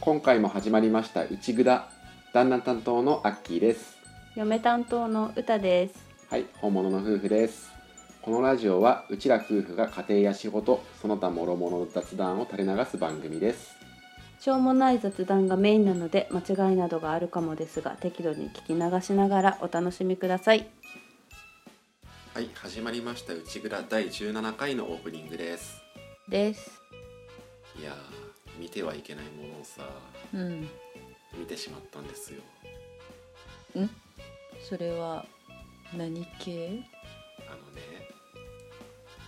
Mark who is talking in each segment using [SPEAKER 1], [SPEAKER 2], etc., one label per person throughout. [SPEAKER 1] 今回も始まりました「うちぐだ」旦那担当のアッキーです
[SPEAKER 2] 嫁担当の歌です
[SPEAKER 1] はい本物の夫婦ですこのラジオはうちら夫婦が家庭や仕事その他諸々の雑談を垂れ流す番組です
[SPEAKER 2] しょうもない雑談がメインなので間違いなどがあるかもですが適度に聞き流しながらお楽しみください
[SPEAKER 1] はい始まりました「うちぐだ」第17回のオープニングです
[SPEAKER 2] です
[SPEAKER 1] いやー見てはいけないものをさ
[SPEAKER 2] うん
[SPEAKER 1] 見てしまったんですよ
[SPEAKER 2] それは何系
[SPEAKER 1] あのね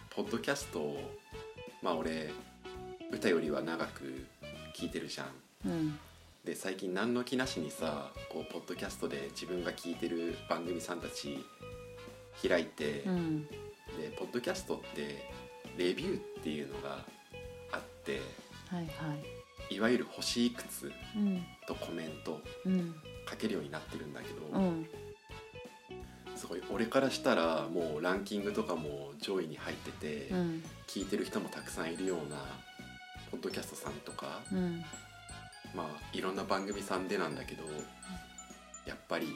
[SPEAKER 1] ポッドキャストをまあ俺歌よりは長く聞いてるじゃん
[SPEAKER 2] うん
[SPEAKER 1] で最近何の気なしにさこうポッドキャストで自分が聞いてる番組さんたち開いて、
[SPEAKER 2] ん
[SPEAKER 1] でポッドキャストってレビューっていうのがあって
[SPEAKER 2] はいはい
[SPEAKER 1] いわゆる星いくつ
[SPEAKER 2] うん
[SPEAKER 1] とコメント
[SPEAKER 2] うん
[SPEAKER 1] 書けるようになってるんだけど、
[SPEAKER 2] うん
[SPEAKER 1] すごい俺からしたらもうランキングとかも上位に入ってて、
[SPEAKER 2] うん
[SPEAKER 1] 聞いてる人もたくさんいるようなポッドキャストさんとか、
[SPEAKER 2] うん
[SPEAKER 1] まあいろんな番組さんでなんだけどやっぱり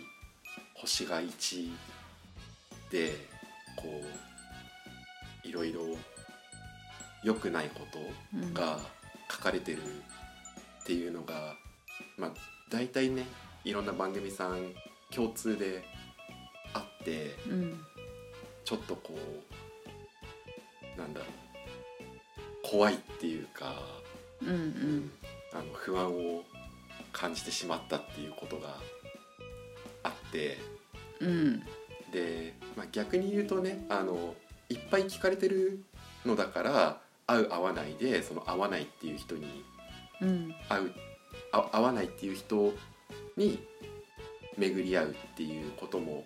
[SPEAKER 1] 星が1でこういろいろ良くないこと
[SPEAKER 2] うん
[SPEAKER 1] が書かれてるっていうのがまあ大体ねいろんな番組さん共通であって
[SPEAKER 2] うん
[SPEAKER 1] ちょっとこうなんだろう怖いっていうか
[SPEAKER 2] うんうん
[SPEAKER 1] あの不安を感じてしまったっていうことがあって
[SPEAKER 2] うん
[SPEAKER 1] で、まあ、逆に言うとねあのいっぱい聞かれてるのだから合う合わないでその合わないっていう人に
[SPEAKER 2] うん
[SPEAKER 1] 合うあ合わないっていう人に巡り合うっていうことも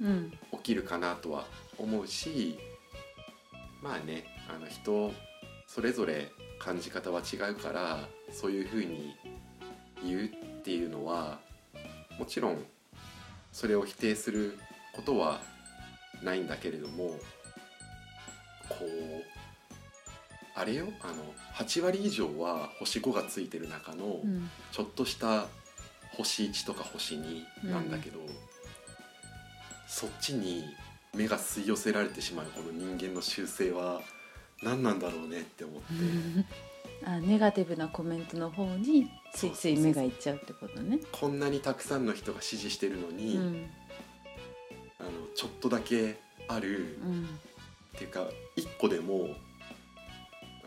[SPEAKER 2] うん
[SPEAKER 1] 起きるかなとは思うしまあねあの人それぞれ感じ方は違うからそういうふうに言うっていうのはもちろんそれを否定することはないんだけれどもこうあれよあの8割以上は星5がついてる中の
[SPEAKER 2] うん
[SPEAKER 1] ちょっとした星1とか星2なんだけど、そっちに目が吸い寄せられてしまうこの人間の習性は何なんだろうねって思って
[SPEAKER 2] あネガティブなコメントの方についつい目がいっちゃうってことね。
[SPEAKER 1] こんなにたくさんの人が支持してるの
[SPEAKER 2] う
[SPEAKER 1] に、
[SPEAKER 2] ん
[SPEAKER 1] あのちょっとだけある、
[SPEAKER 2] うん
[SPEAKER 1] っていうか1個でも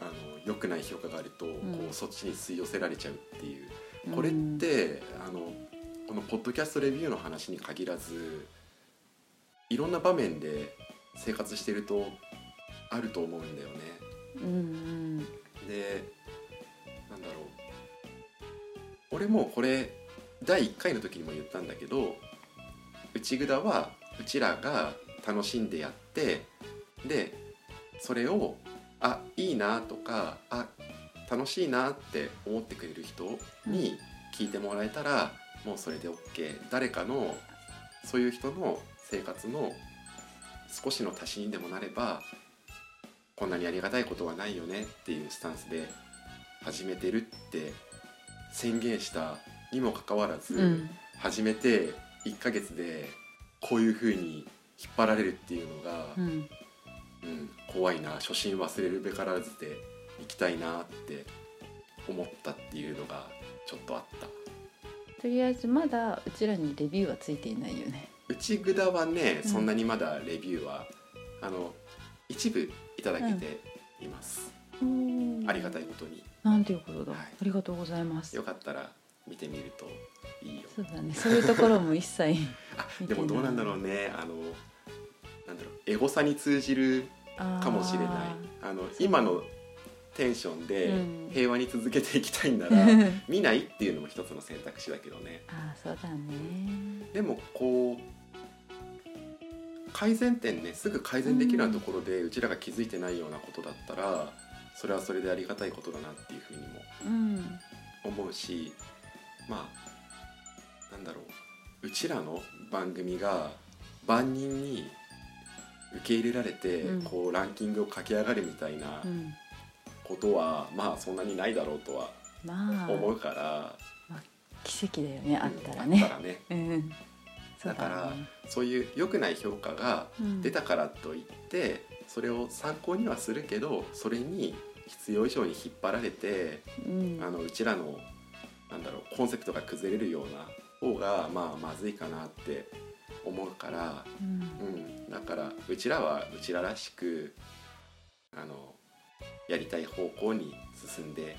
[SPEAKER 1] あの良くない評価があると、こうそっちに吸い寄せられちゃうっていう
[SPEAKER 2] うん
[SPEAKER 1] これってあのこのポッドキャストレビューの話に限らずいろんな場面で生活してるとあると思うんだよね。
[SPEAKER 2] うん
[SPEAKER 1] でなんだろう俺もこれ第1回の時にも言ったんだけど内ぐだはうちらが楽しんでやってでそれをあいいなとかあ楽しいなって思ってくれる人に聞いてもらえたら、もうそれで OK 誰かのそういう人の生活の少しの足しにでもなればこんなにありがたいことはないよねっていうスタンスで始めてるって宣言したにもかかわらず、
[SPEAKER 2] うん
[SPEAKER 1] 始めて1ヶ月でこういう風に引っ張られるっていうのが、
[SPEAKER 2] う
[SPEAKER 1] うん
[SPEAKER 2] ん
[SPEAKER 1] 怖いな初心忘れるべからずで行きたいなって思ったっていうのがちょっとあった
[SPEAKER 2] とりあえずまだうちらにレビューはついていないよね。
[SPEAKER 1] 内ぐだはね、
[SPEAKER 2] うん
[SPEAKER 1] そんなにまだレビューはあの一部いただけています、ありがたい。ことに
[SPEAKER 2] なんていうことだ。
[SPEAKER 1] はい
[SPEAKER 2] ありがとうございます。
[SPEAKER 1] よかったら見てみるといいよ
[SPEAKER 2] そうだね。そういうところも一切
[SPEAKER 1] あでもどうなんだろうねあの なんだろうエゴさに通じるかもしれない
[SPEAKER 2] あ
[SPEAKER 1] あの
[SPEAKER 2] そう
[SPEAKER 1] 今のテンション
[SPEAKER 2] う
[SPEAKER 1] で
[SPEAKER 2] ん
[SPEAKER 1] 平和に続けていきたいんなら、 見ないっていうのも一つの選択肢だけどね
[SPEAKER 2] ああそうだね
[SPEAKER 1] でもこう改善点ねすぐ改善できるようなところで、うちらが気づいてないようなことだったらそれはそれでありがたいことだなっていうふうにも
[SPEAKER 2] うん
[SPEAKER 1] 思うしまあなんだろううちらの番組が万人に受け入れられて、
[SPEAKER 2] うん
[SPEAKER 1] こうランキングを駆け上がるみたいな
[SPEAKER 2] うん
[SPEAKER 1] ことは、まあそんなにないだろうとは
[SPEAKER 2] まあ
[SPEAKER 1] 思うから、
[SPEAKER 2] 奇跡だよねあっ
[SPEAKER 1] うん
[SPEAKER 2] たら
[SPEAKER 1] あっ
[SPEAKER 2] ね
[SPEAKER 1] たらね
[SPEAKER 2] うんそう
[SPEAKER 1] だ
[SPEAKER 2] だ
[SPEAKER 1] か
[SPEAKER 2] ろ
[SPEAKER 1] ら
[SPEAKER 2] うね
[SPEAKER 1] そういう良くない評価が
[SPEAKER 2] うん
[SPEAKER 1] 出たからといってそれを参考にはするけどそれに必要以上に引っ張られて
[SPEAKER 2] うん
[SPEAKER 1] あのうちらのなんだろうコンセプトが崩れるような方が、まあ、まずいかなって思うから、
[SPEAKER 2] うん
[SPEAKER 1] うん、だからうちらはうちららしくあのやりたい方向に進んで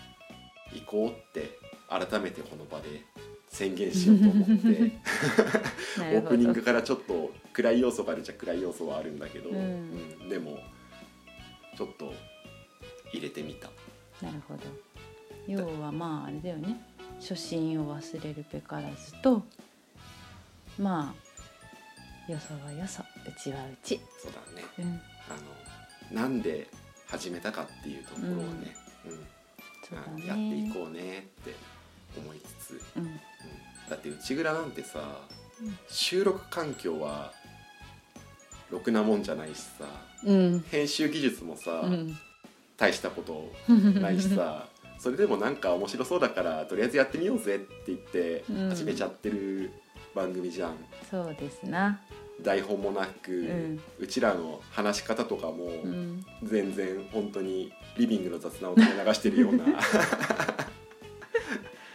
[SPEAKER 1] いこうって改めてこの場で宣言しようと思って
[SPEAKER 2] な
[SPEAKER 1] オ
[SPEAKER 2] る
[SPEAKER 1] ー
[SPEAKER 2] ほ
[SPEAKER 1] プ
[SPEAKER 2] ど
[SPEAKER 1] ニングからちょっと暗い要素があるじゃ暗い要素はあるんだけど、
[SPEAKER 2] うん
[SPEAKER 1] うんでもちょっと入れてみた。
[SPEAKER 2] なるほど要はまああれだよね初心を忘れるべからずとまあよそはよそうちはうち、
[SPEAKER 1] そうだね
[SPEAKER 2] うん、
[SPEAKER 1] あのなんで始めたかっていうところをね、うん
[SPEAKER 2] そうだ
[SPEAKER 1] あの
[SPEAKER 2] ね
[SPEAKER 1] やっていこうねって思いつつ、うん
[SPEAKER 2] う、
[SPEAKER 1] だって内蔵なんてさ、
[SPEAKER 2] うん
[SPEAKER 1] 収録環境はろくなもんじゃないしさ
[SPEAKER 2] うん
[SPEAKER 1] 編集技術もさ、大したこと
[SPEAKER 2] うん
[SPEAKER 1] ないし さそれでもなんか面白そうだからとりあえずやってみようぜって言って
[SPEAKER 2] うん
[SPEAKER 1] 始めちゃってる番組じゃん。
[SPEAKER 2] そうですな
[SPEAKER 1] 台本もなく、う
[SPEAKER 2] うん
[SPEAKER 1] ちらの話し方とかも、
[SPEAKER 2] うん
[SPEAKER 1] 全然本当にリビングの雑談を垂れ流してる ような、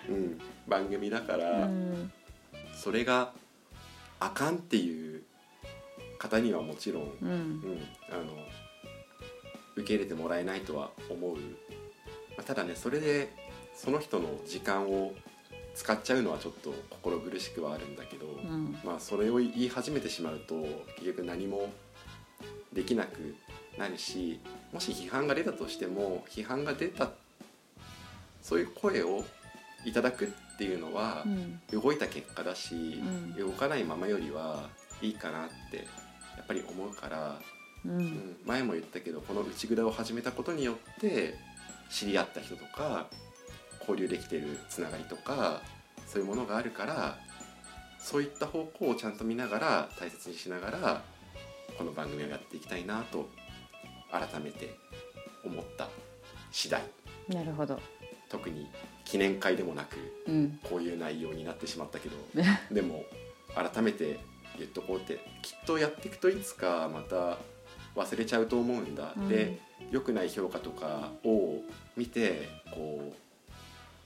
[SPEAKER 1] うん、番組だか
[SPEAKER 2] う
[SPEAKER 1] ら、
[SPEAKER 2] ん
[SPEAKER 1] それがあかんっていう方にはもちろん、
[SPEAKER 2] う
[SPEAKER 1] うん
[SPEAKER 2] ん
[SPEAKER 1] あの受け入れてもらえないとは思う、まあ、ただねそれでその人の時間を使っちゃうのはちょっと心苦しくはあるんだけど、
[SPEAKER 2] うん
[SPEAKER 1] まあ、それを言い始めてしまうと結局何もできなくなるしもし批判が出たとしても批判が出たそういう声をいただくっていうのは
[SPEAKER 2] う、ん
[SPEAKER 1] 動いた結果だし、
[SPEAKER 2] うん
[SPEAKER 1] 動かないままよりはいいかなってやっぱり思うから、
[SPEAKER 2] う
[SPEAKER 1] うんん、前も言ったけどこの内蔵を始めたことによって知り合った人とか交流できてるつながりとかそういうものがあるからそういった方向をちゃんと見ながら大切にしながらこの番組をやっていきたいなと改めて思った次第
[SPEAKER 2] なるほど
[SPEAKER 1] 特に記念会でもなく
[SPEAKER 2] うん
[SPEAKER 1] こういう内容になってしまったけど でも改めて言っとこうってきっとやっていくといつかまた忘れちゃうと思うんだ、
[SPEAKER 2] うん
[SPEAKER 1] で良くない評価とかを見てこう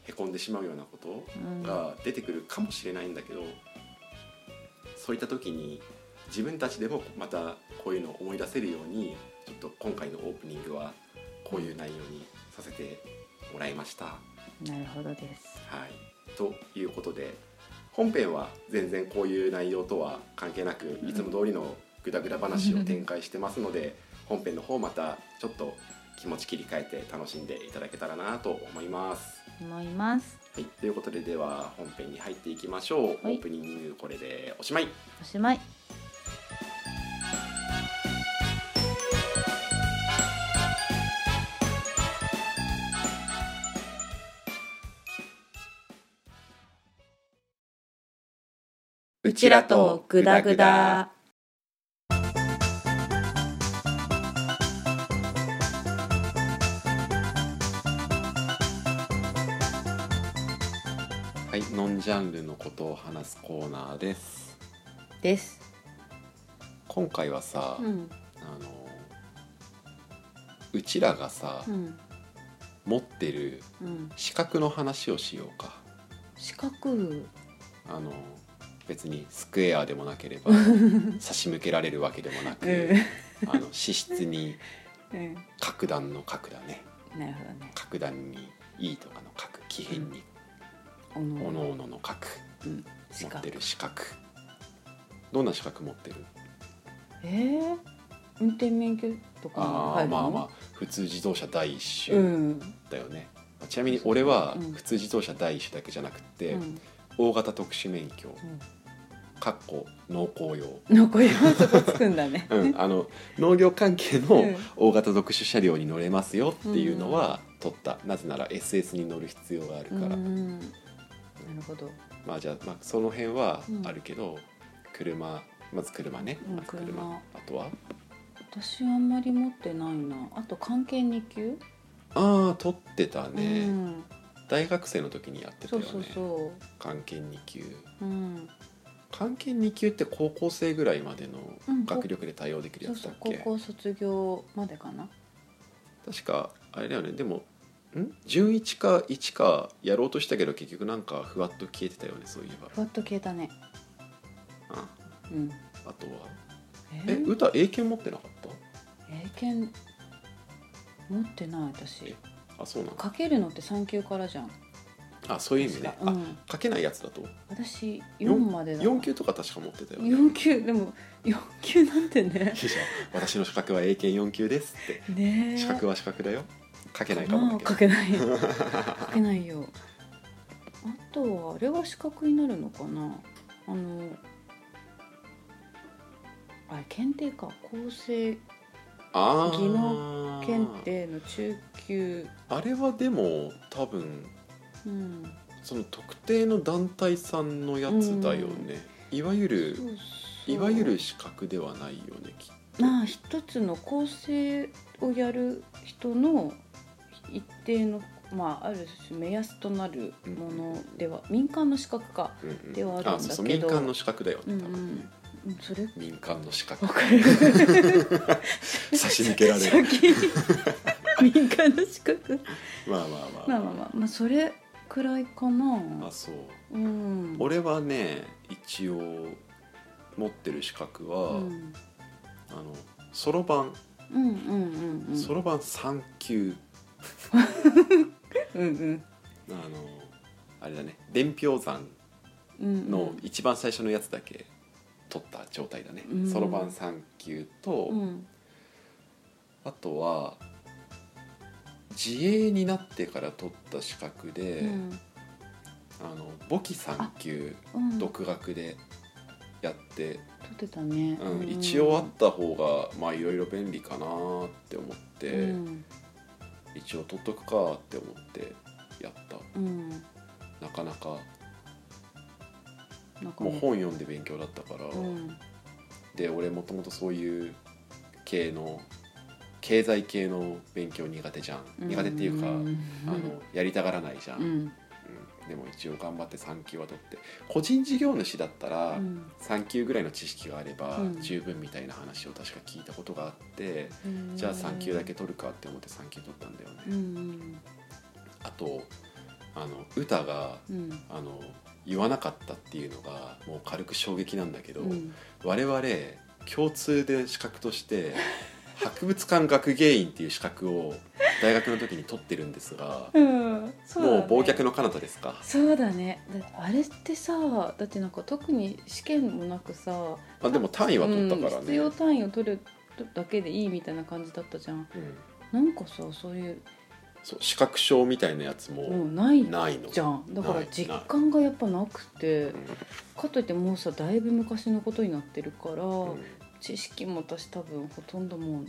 [SPEAKER 1] へこんでしまうようなこ
[SPEAKER 2] う
[SPEAKER 1] と
[SPEAKER 2] ん
[SPEAKER 1] が出てくるかもしれないんだけど、そういった時に自分たちでもまたこういうのを思い出せるようにちょっと今回のオープニングはこういう内容にさせてもらいました。
[SPEAKER 2] なるほどです
[SPEAKER 1] はい、ということで本編は全然こういう内容とは関係なくいつも通りのグダグダ話を展開してますので本編の方またちょっと気持ち切り替えて楽しんでいただけたらなと思います。
[SPEAKER 2] 思います
[SPEAKER 1] はい、ということででは本編に入っていきましょう、
[SPEAKER 2] はい
[SPEAKER 1] オープニングこれでおしまい
[SPEAKER 2] おしまい
[SPEAKER 1] う
[SPEAKER 2] ちらとグダグダ
[SPEAKER 1] はいノンジャンルのことを話すコーナーです
[SPEAKER 2] です
[SPEAKER 1] 今回はさ、
[SPEAKER 2] ん
[SPEAKER 1] あのうちらがさ、
[SPEAKER 2] うん
[SPEAKER 1] 持ってる
[SPEAKER 2] うん
[SPEAKER 1] 資格の話をしようか
[SPEAKER 2] 四角
[SPEAKER 1] あの別にスクエアでもなけれ ば差し向けられるわけでもなく、あの資質に
[SPEAKER 2] うん
[SPEAKER 1] 格段の格だね
[SPEAKER 2] なるほどね。
[SPEAKER 1] 格段にいいとかの格奇変に
[SPEAKER 2] お
[SPEAKER 1] お
[SPEAKER 2] の
[SPEAKER 1] のおのの格
[SPEAKER 2] うん、
[SPEAKER 1] 持
[SPEAKER 2] 四
[SPEAKER 1] っ
[SPEAKER 2] 角
[SPEAKER 1] て。る資格どんな資格持ってる
[SPEAKER 2] ええ運転免許とか
[SPEAKER 1] あ
[SPEAKER 2] 入
[SPEAKER 1] あ
[SPEAKER 2] るの
[SPEAKER 1] まあまあ普通自動車第一
[SPEAKER 2] う
[SPEAKER 1] 種
[SPEAKER 2] ん
[SPEAKER 1] だよね、ちなみに俺は
[SPEAKER 2] うん
[SPEAKER 1] 普通自動車第一種だけじゃなくて、
[SPEAKER 2] うん
[SPEAKER 1] 大型特殊免許
[SPEAKER 2] うん
[SPEAKER 1] かっこ農耕 用、
[SPEAKER 2] 残りはそこつくんだ ね
[SPEAKER 1] うん、あの農業関係
[SPEAKER 2] うん
[SPEAKER 1] の大型特殊車両に乗れますよっていうのは取った、なぜなら SS に乗る必要がある
[SPEAKER 2] う
[SPEAKER 1] から、
[SPEAKER 2] んなるほど
[SPEAKER 1] まあじゃあ,、まあその辺は
[SPEAKER 2] うん
[SPEAKER 1] あるけど、車まず車ね、
[SPEAKER 2] うん
[SPEAKER 1] まず車
[SPEAKER 2] 車
[SPEAKER 1] あとは
[SPEAKER 2] 私あんまり持ってないなあと関係2級、
[SPEAKER 1] ああ取ってたね、
[SPEAKER 2] うん、
[SPEAKER 1] 大学生の時にやってた
[SPEAKER 2] そう
[SPEAKER 1] よね
[SPEAKER 2] そうそ
[SPEAKER 1] 関係2級
[SPEAKER 2] う、うん、
[SPEAKER 1] 関係2級って高校生ぐらいまでの
[SPEAKER 2] うん
[SPEAKER 1] 学力で対応できる
[SPEAKER 2] そう
[SPEAKER 1] やつ
[SPEAKER 2] そ
[SPEAKER 1] だっ
[SPEAKER 2] う
[SPEAKER 1] け、
[SPEAKER 2] 高校卒業までかな
[SPEAKER 1] 確かあれだよねでもん準1か1かやろうとしたけど結局なんかふわっと消えてたよねそういえば
[SPEAKER 2] ふわっと消えたね
[SPEAKER 1] あ
[SPEAKER 2] うん
[SPEAKER 1] あとはえ
[SPEAKER 2] え
[SPEAKER 1] 歌英検持ってなかっ
[SPEAKER 2] 英検持ってない私
[SPEAKER 1] たあそうなの
[SPEAKER 2] かけるのって3級からじゃん
[SPEAKER 1] あそういう意味ね、
[SPEAKER 2] 確かう
[SPEAKER 1] あ
[SPEAKER 2] ん、
[SPEAKER 1] 書けないやつだと
[SPEAKER 2] 私
[SPEAKER 1] よ
[SPEAKER 2] 4
[SPEAKER 1] ん
[SPEAKER 2] までだ
[SPEAKER 1] 4級とか確か持ってたよね
[SPEAKER 2] 4級でも4級なんてね
[SPEAKER 1] いいじゃん私の資格は英検4級ですって
[SPEAKER 2] ねえ
[SPEAKER 1] 資格は資格だよ書けないかもだけど
[SPEAKER 2] かけないかけないよあとはあれは資格になるのかなあのあれ検定か構成
[SPEAKER 1] あー
[SPEAKER 2] 技能検定の中級
[SPEAKER 1] あれはでも多分
[SPEAKER 2] うん
[SPEAKER 1] その特定の団体さんのやつだよね、いわゆる
[SPEAKER 2] そうそう
[SPEAKER 1] いわゆる資格ではないよねきっと
[SPEAKER 2] まあ一つの構成をやる人の一定のまあある種目安となるものでは、民間の資格か
[SPEAKER 1] うんうん
[SPEAKER 2] ではあるんだけど
[SPEAKER 1] そうそう民間の資格だよ
[SPEAKER 2] う
[SPEAKER 1] ね
[SPEAKER 2] ん
[SPEAKER 1] 多分ね、
[SPEAKER 2] うんそれ
[SPEAKER 1] 民間の資格
[SPEAKER 2] わかる
[SPEAKER 1] 差し抜けられる
[SPEAKER 2] 先民間の資 格
[SPEAKER 1] まあまあまあ
[SPEAKER 2] まあまあまあまあそれくらいかな
[SPEAKER 1] あそ
[SPEAKER 2] う
[SPEAKER 1] う
[SPEAKER 2] ん
[SPEAKER 1] 俺はね一応持ってる資格は、
[SPEAKER 2] うん
[SPEAKER 1] あのそろばん
[SPEAKER 2] うんうんうん
[SPEAKER 1] そろばん3級
[SPEAKER 2] うんうん
[SPEAKER 1] あのあれだね伝票算
[SPEAKER 2] うん
[SPEAKER 1] の一番最初のやつだけ取った状態だね
[SPEAKER 2] うん
[SPEAKER 1] そろばん3級と、
[SPEAKER 2] うん
[SPEAKER 1] あとは自営になってから取った資格で、
[SPEAKER 2] うん
[SPEAKER 1] あの簿記3級
[SPEAKER 2] うん取
[SPEAKER 1] 独学でやって、
[SPEAKER 2] ってたね
[SPEAKER 1] うん一応あった方がまあいろいろ便利かなって思って、
[SPEAKER 2] うん
[SPEAKER 1] 一応取っとくかって思ってやった
[SPEAKER 2] うん
[SPEAKER 1] なかなか
[SPEAKER 2] なんか
[SPEAKER 1] もう
[SPEAKER 2] ね
[SPEAKER 1] 本読んで勉強だったから、
[SPEAKER 2] うん
[SPEAKER 1] で俺もともとそういう系の経済系の勉強苦手じゃん、苦手っていうか、
[SPEAKER 2] ん
[SPEAKER 1] あのやりたがらないじゃん、
[SPEAKER 2] う
[SPEAKER 1] うん
[SPEAKER 2] ん
[SPEAKER 1] でも一応頑張って3級は取って個人事業主だったら、
[SPEAKER 2] うん
[SPEAKER 1] 3級ぐらいの知識があれば
[SPEAKER 2] うん
[SPEAKER 1] 十分みたいな話を確か聞いたことがあって、
[SPEAKER 2] うん
[SPEAKER 1] じゃあ3級だけ取るかって思って3級取ったんだよね、
[SPEAKER 2] うん
[SPEAKER 1] あとあの歌が
[SPEAKER 2] うん
[SPEAKER 1] あの言わなかったっていうのがもう軽く衝撃なんだけど、
[SPEAKER 2] うん
[SPEAKER 1] 我々共通で資格として博物館学芸員っていう資格を大学の時に取ってるんですが
[SPEAKER 2] うんそうだね
[SPEAKER 1] もう忘却の彼方ですか、
[SPEAKER 2] そうだねだってあれってさだってなんか特に試験もなくさ
[SPEAKER 1] まあ、でも単位は取ったからね、
[SPEAKER 2] うん必要単位を取るだけでいいみたいな感じだったじゃん
[SPEAKER 1] うん
[SPEAKER 2] なんかさそういう
[SPEAKER 1] そう資格証みたいなやつ
[SPEAKER 2] も
[SPEAKER 1] も
[SPEAKER 2] うない
[SPEAKER 1] ないの、
[SPEAKER 2] じゃんだか
[SPEAKER 1] な
[SPEAKER 2] ら
[SPEAKER 1] い
[SPEAKER 2] 実感がやっぱなくて
[SPEAKER 1] うん
[SPEAKER 2] かといってもうさだいぶ昔のことになってるから、
[SPEAKER 1] うん
[SPEAKER 2] 知識も私多分ほとんども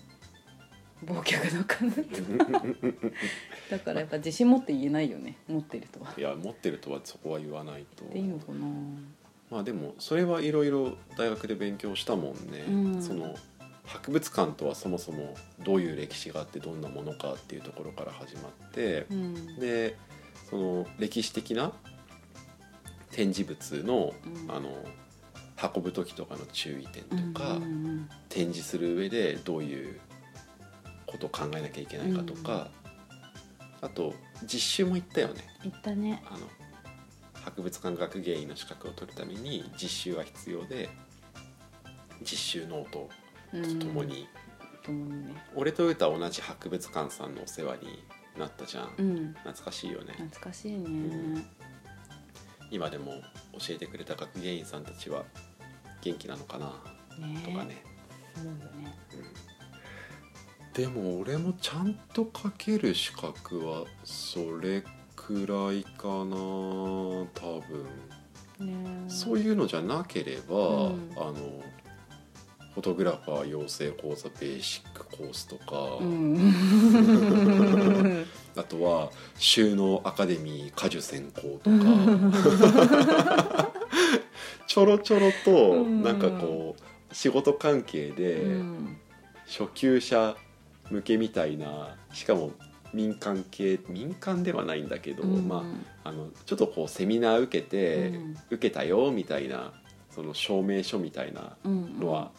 [SPEAKER 2] う忘却のかなって だからやっぱ自信持って言えないよね持ってるとは。
[SPEAKER 1] いや持ってるとはそこは言わないと
[SPEAKER 2] でいいのかな
[SPEAKER 1] まあでもそれはいろいろ大学で勉強したもんね、
[SPEAKER 2] うん
[SPEAKER 1] その博物館とはそもそもどういう歴史があってどんなものかっていうところから始まって
[SPEAKER 2] う、ん
[SPEAKER 1] でその歴史的な展示物の,、
[SPEAKER 2] うん
[SPEAKER 1] あの運ぶ時とかの注意点とか、
[SPEAKER 2] うんうんうん
[SPEAKER 1] 展示する上でどういうことを考えなきゃいけないかとか、あと実習も行ったよね
[SPEAKER 2] 言ったね
[SPEAKER 1] あの博物館学芸員の資格を取るために実習が必要で実習ノート
[SPEAKER 2] うん
[SPEAKER 1] とともに、
[SPEAKER 2] 共にね
[SPEAKER 1] 俺と歌は同じ博物館さんのお世話になったじゃん、
[SPEAKER 2] うん
[SPEAKER 1] 懐かしいよね、
[SPEAKER 2] 懐かしいね、
[SPEAKER 1] ん今でも教えてくれた学芸員さんたちは元気なのかな
[SPEAKER 2] ね
[SPEAKER 1] とかね、
[SPEAKER 2] 思うよね
[SPEAKER 1] うんでも俺もちゃんと書ける資格はそれくらいかな多分
[SPEAKER 2] ね
[SPEAKER 1] そういうのじゃなければ、
[SPEAKER 2] うん
[SPEAKER 1] あのフォトグラファー養成講座ベーシックコースとか、
[SPEAKER 2] うん、
[SPEAKER 1] あとは収納アカデミー果樹専攻と
[SPEAKER 2] う
[SPEAKER 1] か ちょろちょろと
[SPEAKER 2] うん
[SPEAKER 1] なんかこう仕事関係で
[SPEAKER 2] ん
[SPEAKER 1] 初級者向けみたいなしかも民間系民間ではないんだけど、まあ、あのちょっとこうセミナー受けて、
[SPEAKER 2] うん
[SPEAKER 1] 受けたよみたいなその証明書みたいな
[SPEAKER 2] うん
[SPEAKER 1] のは、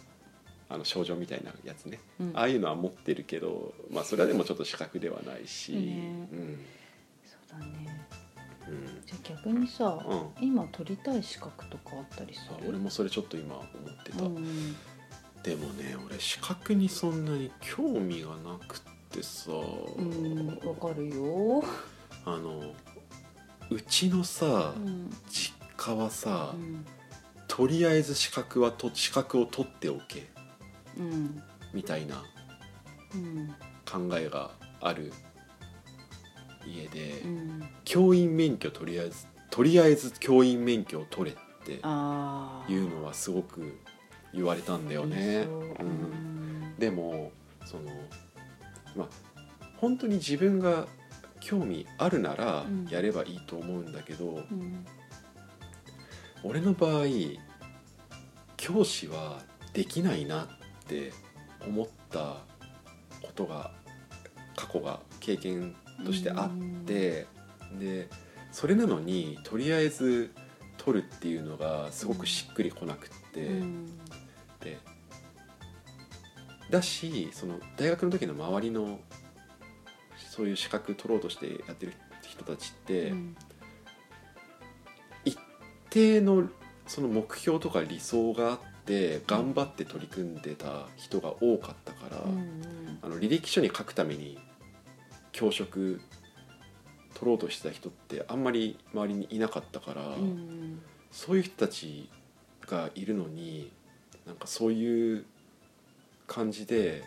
[SPEAKER 1] あの症状みたいなやつね、
[SPEAKER 2] うん
[SPEAKER 1] ああいうのは持ってるけど、まあ、それはでもちょっと資格ではないし、
[SPEAKER 2] ね
[SPEAKER 1] うん
[SPEAKER 2] そうだね
[SPEAKER 1] うん
[SPEAKER 2] じゃあ逆にさ、
[SPEAKER 1] うん
[SPEAKER 2] 今取りたい資格とかあったりす
[SPEAKER 1] あ
[SPEAKER 2] る
[SPEAKER 1] 俺もそれちょっと今思ってた、
[SPEAKER 2] うん
[SPEAKER 1] でもね俺資格にそんなに興味がなくってさ、
[SPEAKER 2] うんわかるよ、
[SPEAKER 1] あのうちのさ、
[SPEAKER 2] うん
[SPEAKER 1] 実家はさ、
[SPEAKER 2] うん
[SPEAKER 1] とりあえず資格はと資格を取っておけ
[SPEAKER 2] うん
[SPEAKER 1] みたいな
[SPEAKER 2] うん
[SPEAKER 1] 考えがある家で、
[SPEAKER 2] うん、
[SPEAKER 1] 教員免許とりあえずとりあえず教員免許を取れって
[SPEAKER 2] ああ
[SPEAKER 1] いうのはすごく言われたんだよね。
[SPEAKER 2] そう
[SPEAKER 1] う
[SPEAKER 2] うんん
[SPEAKER 1] でもそのまあ本当に自分が興味あるなら
[SPEAKER 2] うん
[SPEAKER 1] やればいいと思うんだけど、
[SPEAKER 2] うん
[SPEAKER 1] 俺の場合教師はできないなって思ったことが過去が経験としてあって、でそれなのにとりあえず取るっていうのがすごくしっくりこなくって。
[SPEAKER 2] うん
[SPEAKER 1] でだしその大学の時の周りのそういう資格取ろうとしてやってる人たちって、
[SPEAKER 2] うん
[SPEAKER 1] 一定のその目標とか理想があって頑張って取り組んでた人が多かったから、
[SPEAKER 2] うん
[SPEAKER 1] あの履歴書に書くために教職取ろうとしてた人ってあんまり周りにいなかったから。
[SPEAKER 2] うん
[SPEAKER 1] そういう人たちがいるのになんかそういう感じで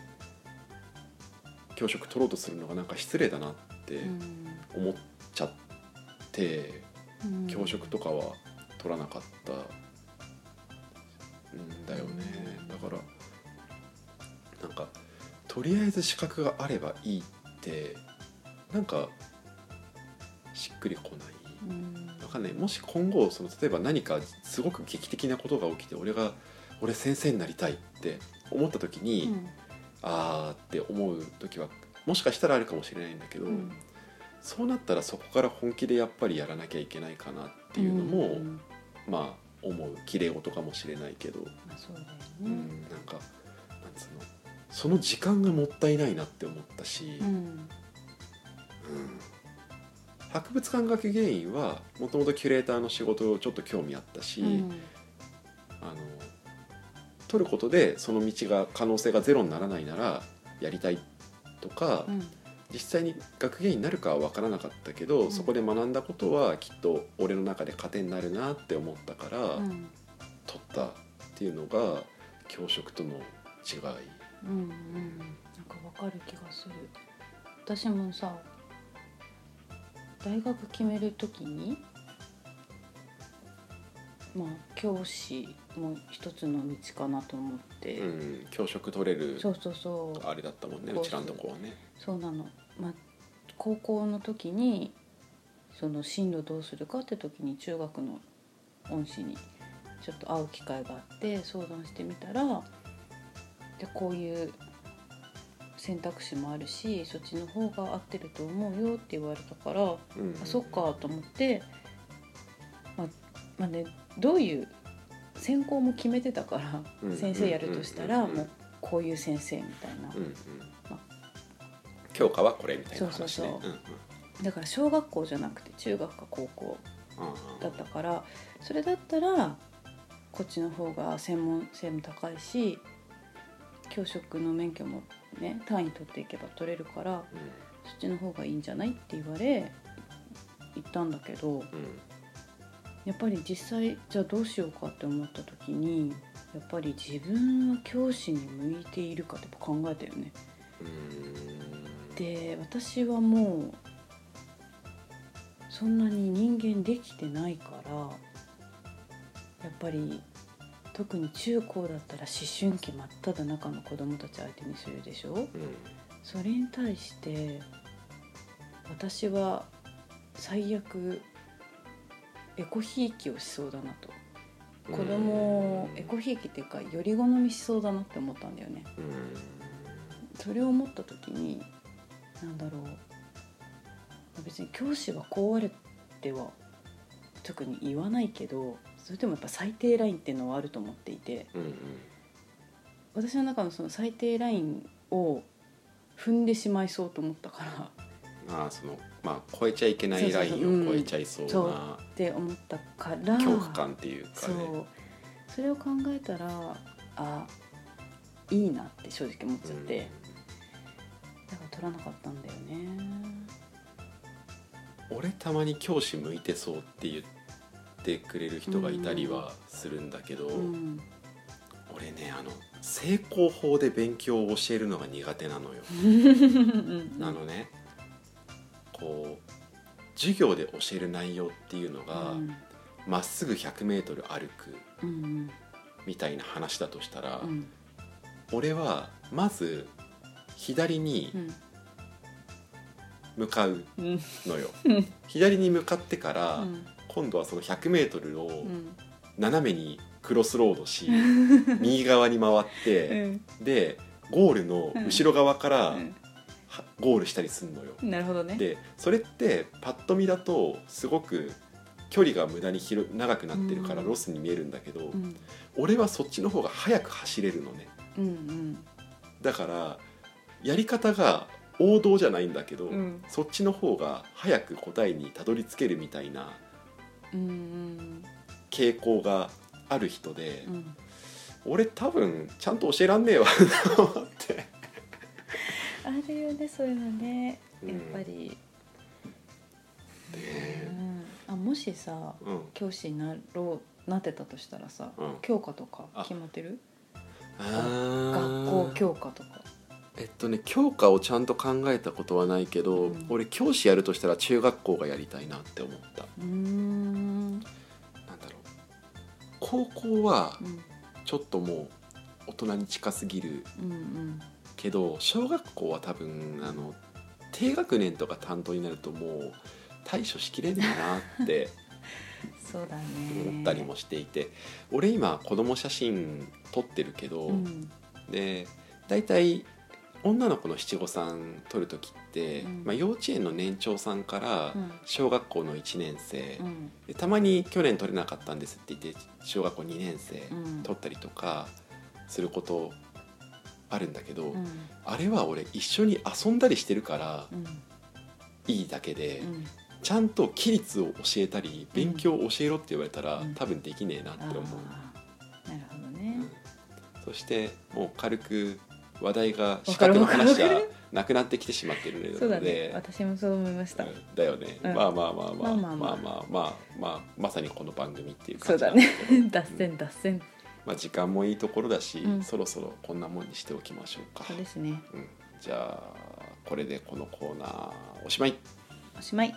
[SPEAKER 1] 教職取ろうとするのがなんか失礼だなって
[SPEAKER 2] うん
[SPEAKER 1] 思っちゃって、
[SPEAKER 2] うん
[SPEAKER 1] 教職とかは取らなかったんだよねだからなんかとりあえず資格があればいいってなんかしっくりこない。
[SPEAKER 2] うん
[SPEAKER 1] わかんないもし今後その例えば何かすごく劇的なことが起きて俺が俺先生になりたいって思った時に、
[SPEAKER 2] うん
[SPEAKER 1] あーって思う時はもしかしたらあるかもしれないんだけど、
[SPEAKER 2] うん
[SPEAKER 1] そうなったらそこから本気でやっぱりやらなきゃいけないかなっていうのも、
[SPEAKER 2] ん
[SPEAKER 1] まあ思う綺麗事かもしれないけど、
[SPEAKER 2] まあ、そうだよ
[SPEAKER 1] う
[SPEAKER 2] ね、
[SPEAKER 1] んなんかなんつうのその時間がもったいないなって思ったし。
[SPEAKER 2] うん
[SPEAKER 1] 博物館学芸員はもともとキュレーターの仕事をちょっと興味あったし、
[SPEAKER 2] うん
[SPEAKER 1] あの取ることでその道が可能性がゼロにならないならやりたいとか、
[SPEAKER 2] うん
[SPEAKER 1] 実際に学芸員になるかは分からなかったけど、
[SPEAKER 2] ん
[SPEAKER 1] そこで学んだことはきっと俺の中で糧になるなって思ったから、
[SPEAKER 2] うん
[SPEAKER 1] 取ったっていうのが教職との違い。
[SPEAKER 2] うんうんなんかわかる気がする私もさ大学決めるときにまあ教師も一つの道かなと思って、
[SPEAKER 1] うん、教職取れる
[SPEAKER 2] そうそうそう
[SPEAKER 1] あれだったもんね
[SPEAKER 2] そうう
[SPEAKER 1] ちらのとこはね。
[SPEAKER 2] そうなの、まあ、高校の時にその進路どうするかって時に中学の恩師にちょっと会う機会があって相談してみたらでこういう選択肢もあるしそっちの方が合ってると思うよって言われたからあ
[SPEAKER 1] うん
[SPEAKER 2] そっかと思って、まあまあね、どういう専攻も決めてたから、
[SPEAKER 1] うん
[SPEAKER 2] 先生やるとしたら
[SPEAKER 1] うん
[SPEAKER 2] もうこういう先生みたいな。
[SPEAKER 1] うんうん教科はこれみたいな話ね。
[SPEAKER 2] そうそうそうん
[SPEAKER 1] ん
[SPEAKER 2] だから小学校じゃなくて中学か高校だったからそれだったらこっちの方が専門性も高いし教職の免許もね単位取っていけば取れるから
[SPEAKER 1] う
[SPEAKER 2] そっちの方がいいんじゃないって言われ行ったんだけど
[SPEAKER 1] んうん
[SPEAKER 2] やっぱり実際じゃあどうしようかって思った時にやっぱり自分は教師に向いているかってやっぱ考えたよね。
[SPEAKER 1] うん
[SPEAKER 2] で私はもうそんなに人間できてないからやっぱり特に中高だったら思春期真っ只中の子供たち相手にするでしょ
[SPEAKER 1] うん
[SPEAKER 2] それに対して私は最悪エコひいきをしそうだなと子供をエコひいきっていうかより好みしそうだなって思ったんだよね
[SPEAKER 1] うん
[SPEAKER 2] それを思った時に何だろう別に教師はこうあれっては特に言わないけどそれでもやっぱ最低ラインっていうのはあると思っていて
[SPEAKER 1] うん
[SPEAKER 2] 私の中のその最低ラインを踏んでしまいそうと思ったから
[SPEAKER 1] うんああそのまあ超えちゃいけないラインを超えちゃいそう
[SPEAKER 2] そう
[SPEAKER 1] な
[SPEAKER 2] って思ったから
[SPEAKER 1] 恐怖感っていうか
[SPEAKER 2] そ
[SPEAKER 1] ね
[SPEAKER 2] うそれを考えたらあいいなって正直思っちゃって、だから取らなかったんだよね
[SPEAKER 1] うん俺たまに教師向いてそうって言ってくれる人がいたりはするんだけど、
[SPEAKER 2] うん
[SPEAKER 1] 俺ねあの成功法で勉強を教えるのが苦手なのよ、あのねこう授業で教える内容っていうのが
[SPEAKER 2] うん
[SPEAKER 1] ま、っすぐ 100m 歩く
[SPEAKER 2] うん
[SPEAKER 1] みたいな話だとしたら、
[SPEAKER 2] うん
[SPEAKER 1] 俺はまず左に
[SPEAKER 2] うん
[SPEAKER 1] 向かう
[SPEAKER 2] うん
[SPEAKER 1] のよ、
[SPEAKER 2] うん
[SPEAKER 1] 左に向かってから、
[SPEAKER 2] うん
[SPEAKER 1] 今度はその 100m
[SPEAKER 2] う
[SPEAKER 1] を
[SPEAKER 2] ん
[SPEAKER 1] 斜めにクロスロードし、右側に回っ
[SPEAKER 2] う
[SPEAKER 1] て、
[SPEAKER 2] ん
[SPEAKER 1] でゴールの後ろ側から、
[SPEAKER 2] う
[SPEAKER 1] はゴールしたりするのよ。
[SPEAKER 2] んなるほどね
[SPEAKER 1] でそれってパッと見だとすごく距離が無駄に広長くなってるから
[SPEAKER 2] うん
[SPEAKER 1] ロスに見えるんだけど、
[SPEAKER 2] うん
[SPEAKER 1] 俺はそっちの方が速く走れるのね
[SPEAKER 2] うん
[SPEAKER 1] だからやり方が王道じゃないんだけど、
[SPEAKER 2] うんうん
[SPEAKER 1] そっちの方が早く答えにたどり着けるみたいな
[SPEAKER 2] うん
[SPEAKER 1] 傾向がある人で、
[SPEAKER 2] うん
[SPEAKER 1] 俺多分ちゃんと教えらんねえわと思って
[SPEAKER 2] あるよねそういうのね
[SPEAKER 1] うん
[SPEAKER 2] やっぱり、う
[SPEAKER 1] ね
[SPEAKER 2] ん、あもしさ
[SPEAKER 1] うん
[SPEAKER 2] 教師になろうなってたとしたらさ、
[SPEAKER 1] うん
[SPEAKER 2] 教科とか
[SPEAKER 1] あ
[SPEAKER 2] 決まってる学校
[SPEAKER 1] 学
[SPEAKER 2] 教科とか
[SPEAKER 1] えっとね教科をちゃんと考えたことはないけど、
[SPEAKER 2] うん
[SPEAKER 1] 俺教師やるとしたら中学校がやりたいなって思った
[SPEAKER 2] うーん
[SPEAKER 1] なんだろう高校は
[SPEAKER 2] うん
[SPEAKER 1] ちょっともう大人に近すぎる
[SPEAKER 2] うんうん
[SPEAKER 1] けど小学校は多分あの低学年とか担当になるともう対処しきれんだなって
[SPEAKER 2] そうだね
[SPEAKER 1] 思ったりもしていて俺今子供写真撮ってるけど、
[SPEAKER 2] うん
[SPEAKER 1] で大体女の子の七五三撮る時って、
[SPEAKER 2] うん
[SPEAKER 1] まあ、幼稚園の年長さんから
[SPEAKER 2] うん
[SPEAKER 1] 小学校の1年生、
[SPEAKER 2] うん
[SPEAKER 1] でたまに去年撮れなかったんですって言って小学校2年生
[SPEAKER 2] うん
[SPEAKER 1] 撮ったりとかすることあるんだけど、
[SPEAKER 2] うん
[SPEAKER 1] あれは俺一緒に遊んだりしてるから
[SPEAKER 2] うん
[SPEAKER 1] いいだけで、
[SPEAKER 2] うん
[SPEAKER 1] ちゃんと規律を教えたり勉強を教えろって言われたら、
[SPEAKER 2] うん
[SPEAKER 1] 多分できねえなって思う。
[SPEAKER 2] あーなるほどね
[SPEAKER 1] そしてもう軽く話題が
[SPEAKER 2] わ
[SPEAKER 1] 資
[SPEAKER 2] かる
[SPEAKER 1] 格の話
[SPEAKER 2] わか
[SPEAKER 1] が
[SPEAKER 2] る
[SPEAKER 1] なくなってきてしまってるので
[SPEAKER 2] そうだね私もそう思いました
[SPEAKER 1] うんだよね、
[SPEAKER 2] うん
[SPEAKER 1] まあまあまあまあ
[SPEAKER 2] ま
[SPEAKER 1] ま
[SPEAKER 2] あ
[SPEAKER 1] あ
[SPEAKER 2] ま
[SPEAKER 1] ま
[SPEAKER 2] あ
[SPEAKER 1] あ
[SPEAKER 2] ま
[SPEAKER 1] まあまあ、まさにこの番組っていう
[SPEAKER 2] そ
[SPEAKER 1] 感
[SPEAKER 2] う
[SPEAKER 1] じな
[SPEAKER 2] だ
[SPEAKER 1] んだ
[SPEAKER 2] ね
[SPEAKER 1] けど
[SPEAKER 2] 脱線脱線
[SPEAKER 1] まあ時間もいいところだし、
[SPEAKER 2] うん
[SPEAKER 1] そろそろこんなもんにしておきましょうか
[SPEAKER 2] そうですね
[SPEAKER 1] うん、じゃあこれでこのコーナーおしまい
[SPEAKER 2] おしまい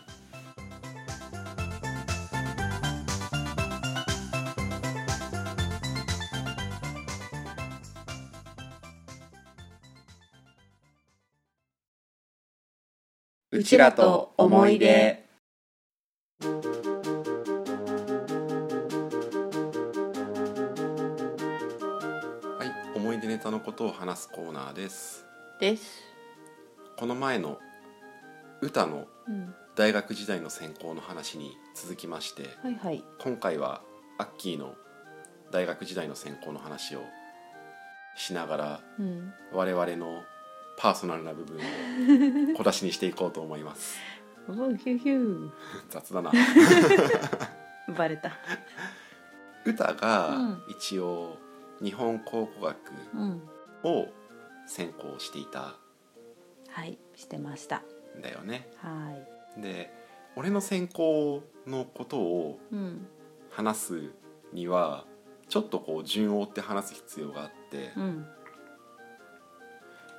[SPEAKER 2] うちらと思い出
[SPEAKER 1] はい思い出ネタのことを話すコーナーです
[SPEAKER 2] です
[SPEAKER 1] この前の歌の
[SPEAKER 2] うん
[SPEAKER 1] 大学時代の専攻の話に続きまして
[SPEAKER 2] はいはい
[SPEAKER 1] 今回はアッキーの大学時代の専攻の話をしながら
[SPEAKER 2] うん
[SPEAKER 1] 我々のパーソナルな部分を小出しにしていこうと思います
[SPEAKER 2] おうヒューヒュ
[SPEAKER 1] 雑だな
[SPEAKER 2] ーバレた
[SPEAKER 1] 歌が
[SPEAKER 2] うん
[SPEAKER 1] 一応日本考古学
[SPEAKER 2] うん
[SPEAKER 1] を専攻していた
[SPEAKER 2] はいしてました
[SPEAKER 1] んだよね
[SPEAKER 2] は
[SPEAKER 1] で俺の専攻のことを
[SPEAKER 2] いうん
[SPEAKER 1] 話すにはちょっとこう順を追って話す必要があって、
[SPEAKER 2] うん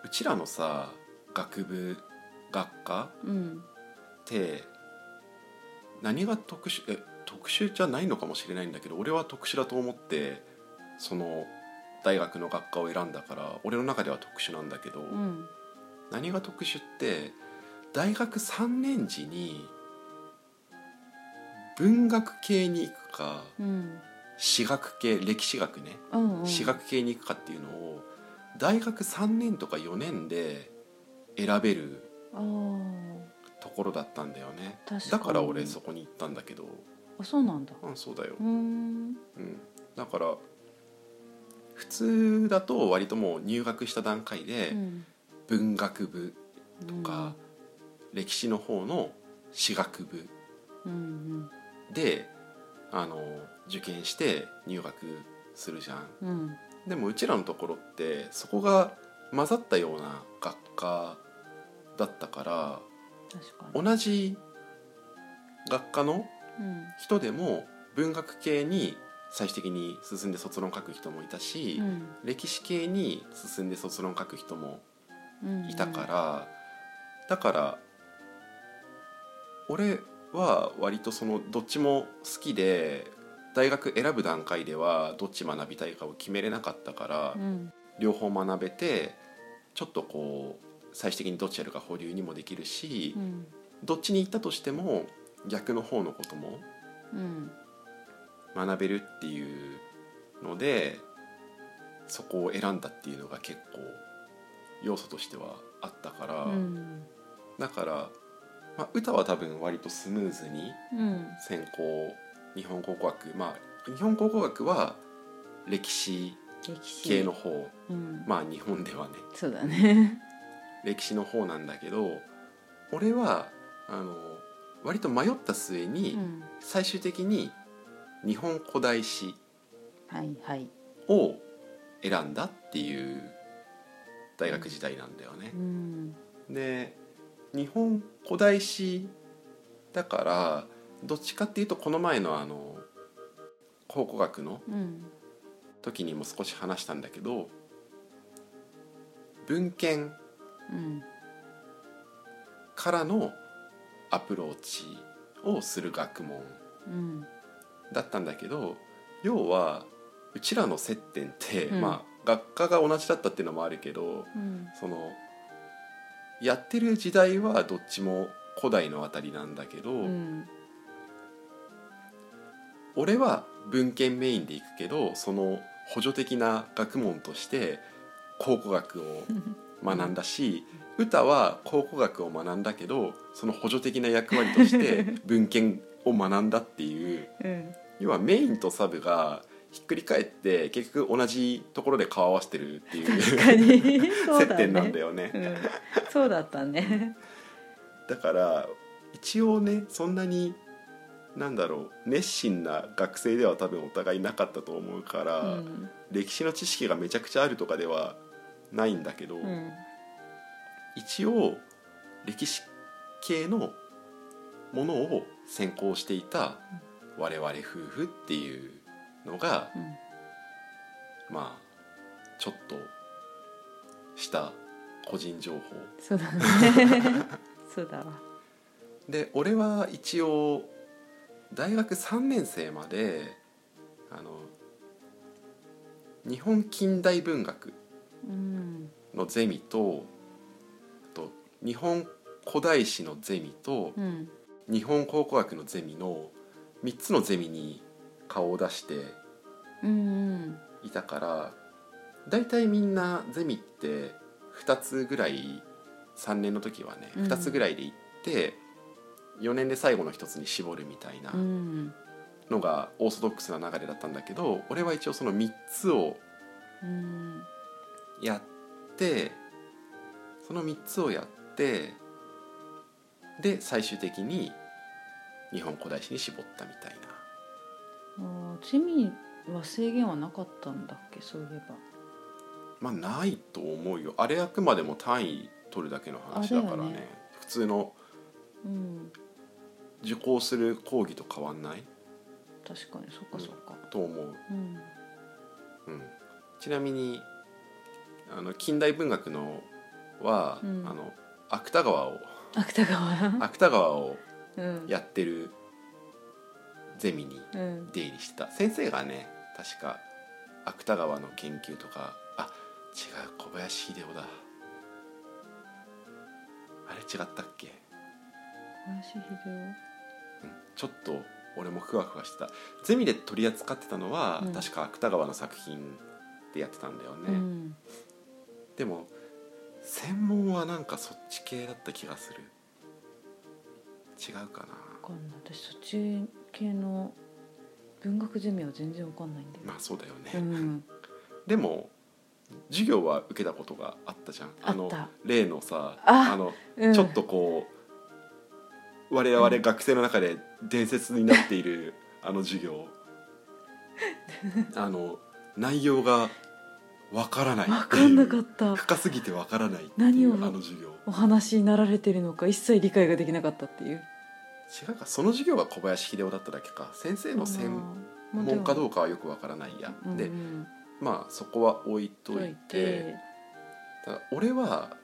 [SPEAKER 1] うちらのさ学部学科
[SPEAKER 2] うん
[SPEAKER 1] って何が特殊え特殊じゃないのかもしれないんだけど俺は特殊だと思ってその大学の学科を選んだから俺の中では特殊なんだけど、
[SPEAKER 2] うん
[SPEAKER 1] 何が特殊って大学3年時に文学系に行くか
[SPEAKER 2] うん
[SPEAKER 1] 史学系歴史学ね
[SPEAKER 2] うんうん
[SPEAKER 1] 史学系に行くかっていうのを大学3年とか4年で選べる
[SPEAKER 2] あー
[SPEAKER 1] ところだったんだよね
[SPEAKER 2] 確かに
[SPEAKER 1] だから俺そこに行ったんだけど
[SPEAKER 2] あそうなんだ
[SPEAKER 1] うんそうだよ
[SPEAKER 2] うーん
[SPEAKER 1] うん、だから普通だと割ともう入学した段階で
[SPEAKER 2] うん
[SPEAKER 1] 文学部
[SPEAKER 2] と
[SPEAKER 1] とか歴史の方の史学部
[SPEAKER 2] うん
[SPEAKER 1] であの受験して入学するじゃん。
[SPEAKER 2] うんうん
[SPEAKER 1] でもうちらのところってそこが混ざったような学科だったから
[SPEAKER 2] 確かに
[SPEAKER 1] 同じ学科の
[SPEAKER 2] うん
[SPEAKER 1] 人でも文学系に最終的に進んで卒論書く人もいたし、
[SPEAKER 2] うん
[SPEAKER 1] 歴史系に進んで卒論書く人も
[SPEAKER 2] うん
[SPEAKER 1] いたから、だから俺は割とそのどっちも好きで大学選ぶ段階ではどっち学びたいかを決めれなかったから、
[SPEAKER 2] うん
[SPEAKER 1] 両方学べてちょっとこう最終的にどっちやるか保留にもできるし、
[SPEAKER 2] うん
[SPEAKER 1] どっちに行ったとしても逆の方のことも
[SPEAKER 2] うん
[SPEAKER 1] 学べるっていうのでそこを選んだっていうのが結構要素としてはあったから、
[SPEAKER 2] うん
[SPEAKER 1] だから、まあ、歌は多分割とスムーズに
[SPEAKER 2] うん
[SPEAKER 1] 専攻日本考古学まあ日本考古学は歴史
[SPEAKER 2] 歴史
[SPEAKER 1] 系の方
[SPEAKER 2] うん
[SPEAKER 1] まあ日本ではね
[SPEAKER 2] そうだね
[SPEAKER 1] 歴史の方なんだけど俺はあの割と迷った末
[SPEAKER 2] う
[SPEAKER 1] に
[SPEAKER 2] ん
[SPEAKER 1] 最終的に日本古代史
[SPEAKER 2] はいはい
[SPEAKER 1] を選んだっていう大学時代なんだよね
[SPEAKER 2] う。ん
[SPEAKER 1] で日本古代史だからどっちかっていうとこの前のあの考古学の
[SPEAKER 2] うん
[SPEAKER 1] 時にも少し話したんだけど文献
[SPEAKER 2] うん
[SPEAKER 1] からのアプローチをする学問
[SPEAKER 2] うん
[SPEAKER 1] だったんだけど要はうちらの接点って、
[SPEAKER 2] うん
[SPEAKER 1] まあ学科が同じだったっていうのもあるけど
[SPEAKER 2] うん
[SPEAKER 1] そのやってる時代はどっちも古代のあたりなんだけど、
[SPEAKER 2] うん
[SPEAKER 1] 俺は文献メインで行くけどその補助的な学問として考古 学を学んだし、歌は考古学を学んだけどその補助的な役割として 文献を学んだっていう
[SPEAKER 2] うん
[SPEAKER 1] 要はメインとサブがひっくり返って結局同じところで顔合わせてるってい
[SPEAKER 2] 確
[SPEAKER 1] う
[SPEAKER 2] かにそう
[SPEAKER 1] 接
[SPEAKER 2] だ
[SPEAKER 1] 点なんだ
[SPEAKER 2] ね
[SPEAKER 1] よね
[SPEAKER 2] う。んそうだったね
[SPEAKER 1] だから一応ねそんなになんだろう熱心な学生では多分お互いなかったと思うか
[SPEAKER 2] う
[SPEAKER 1] ら、
[SPEAKER 2] ん
[SPEAKER 1] 歴史の知識がめちゃくちゃあるとかではないんだけど、
[SPEAKER 2] うん
[SPEAKER 1] 一応歴史系のものを専攻していた我々夫婦っていうのが
[SPEAKER 2] うん
[SPEAKER 1] まあちょっとした個人情報
[SPEAKER 2] そうだねそうだわ
[SPEAKER 1] で俺は一応大学3年生まであの日本近代文学
[SPEAKER 2] うん
[SPEAKER 1] のゼミとあと日本古代史のゼミと
[SPEAKER 2] うん
[SPEAKER 1] 日本考古学のゼミの3つのゼミに顔を出して
[SPEAKER 2] うん
[SPEAKER 1] いたから大体みんなゼミって2つぐらい3年の時はね
[SPEAKER 2] うん
[SPEAKER 1] 2つぐらいで行って4年で最後の1つに絞るみたいな。
[SPEAKER 2] うんうん
[SPEAKER 1] のがオーソドックスな流れだったんだけど俺は一応その3つを
[SPEAKER 2] うん
[SPEAKER 1] やってその3つをやってで最終的に日本古代史に絞ったみたいな
[SPEAKER 2] あーゼミは制限はなかったんだっけそういえば
[SPEAKER 1] まあないと思うよあれあくまでも単位取るだけの話だから
[SPEAKER 2] あ
[SPEAKER 1] ね
[SPEAKER 2] れよね
[SPEAKER 1] 普通の
[SPEAKER 2] うん
[SPEAKER 1] 受講する講義と変わんない
[SPEAKER 2] 確かにそっかそっか
[SPEAKER 1] と思う、
[SPEAKER 2] うん
[SPEAKER 1] うん、ちなみにあの近代文学のは、
[SPEAKER 2] うん
[SPEAKER 1] あの芥川を
[SPEAKER 2] 芥川
[SPEAKER 1] 芥川を
[SPEAKER 2] うん
[SPEAKER 1] やってるゼミに
[SPEAKER 2] うん
[SPEAKER 1] 出入りしてた先生がね確か芥川の研究とかあ違う小林秀夫だあれ違ったっけ、
[SPEAKER 2] 林秀
[SPEAKER 1] うんちょっと俺もふわふわしてたゼミで取り扱ってたのは、
[SPEAKER 2] うん
[SPEAKER 1] 確か芥川の作品でやってたんだよね、
[SPEAKER 2] 夫うん
[SPEAKER 1] でも専門はなんかそっち系だった気がする違うかな
[SPEAKER 2] わかんない私そっち系の文学ゼミは全然わかんないんだよ、
[SPEAKER 1] まあそうだよね、
[SPEAKER 2] うん
[SPEAKER 1] でも授業は受けたことがあったじゃんの
[SPEAKER 2] あった
[SPEAKER 1] 例のさ
[SPEAKER 2] あ
[SPEAKER 1] の、
[SPEAKER 2] うん、
[SPEAKER 1] ちょっとこう我々学生の中で伝説になっているあの授業あの内容がわからない
[SPEAKER 2] わ
[SPEAKER 1] って
[SPEAKER 2] かん
[SPEAKER 1] い
[SPEAKER 2] なかっ
[SPEAKER 1] う
[SPEAKER 2] た
[SPEAKER 1] 深すぎてわからないってい
[SPEAKER 2] 何
[SPEAKER 1] う
[SPEAKER 2] を
[SPEAKER 1] あの授業
[SPEAKER 2] お話になられてるのか一切理解ができなかったっていう
[SPEAKER 1] 違うかその授業は小林秀夫だっただけか先生の専門かどうかはよくわからないや、
[SPEAKER 2] うん
[SPEAKER 1] で
[SPEAKER 2] うん
[SPEAKER 1] まあそこは置いと
[SPEAKER 2] と
[SPEAKER 1] いて。ただ俺は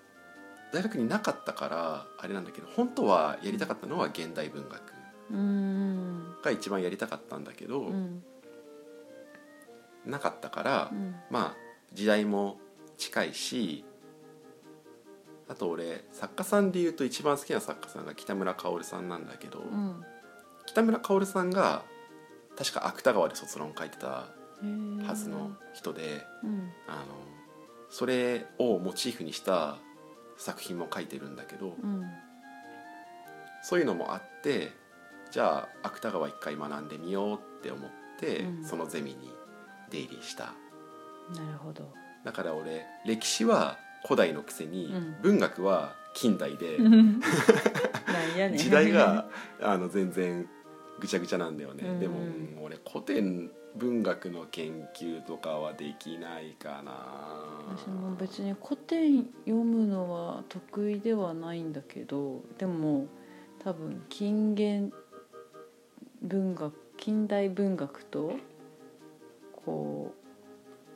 [SPEAKER 1] 大学になかったからあれなんだけど本当はやりたかったのは現代文学
[SPEAKER 2] うん
[SPEAKER 1] が一番やりたかったんだけど、
[SPEAKER 2] うん
[SPEAKER 1] なかったから、
[SPEAKER 2] うん
[SPEAKER 1] まあ時代も近いしあと俺作家さんで言うと一番好きな作家さんが北村薫さんなんだけど、
[SPEAKER 2] うん
[SPEAKER 1] 北村薫さんが確か芥川で卒論書いてた
[SPEAKER 2] うんへー
[SPEAKER 1] はずの人で、
[SPEAKER 2] うん
[SPEAKER 1] あのそれをモチーフにした作品も書いてるんだけど。
[SPEAKER 2] うん
[SPEAKER 1] そういうのもあってじゃあ芥川一回学んでみようって思って、
[SPEAKER 2] うん
[SPEAKER 1] そのゼミに出入りした
[SPEAKER 2] なるほ ど
[SPEAKER 1] だから俺歴史は古代のくせに、
[SPEAKER 2] うん
[SPEAKER 1] 文学は近代で、
[SPEAKER 2] なん やねん
[SPEAKER 1] 時代があの全然ぐちゃぐちゃなんだよね、
[SPEAKER 2] うん
[SPEAKER 1] でも、うん俺古典文学の研究とかはできないかな
[SPEAKER 2] 私も別に古典読むのは得意ではないんだけどでも多分近現文学近代文学とこ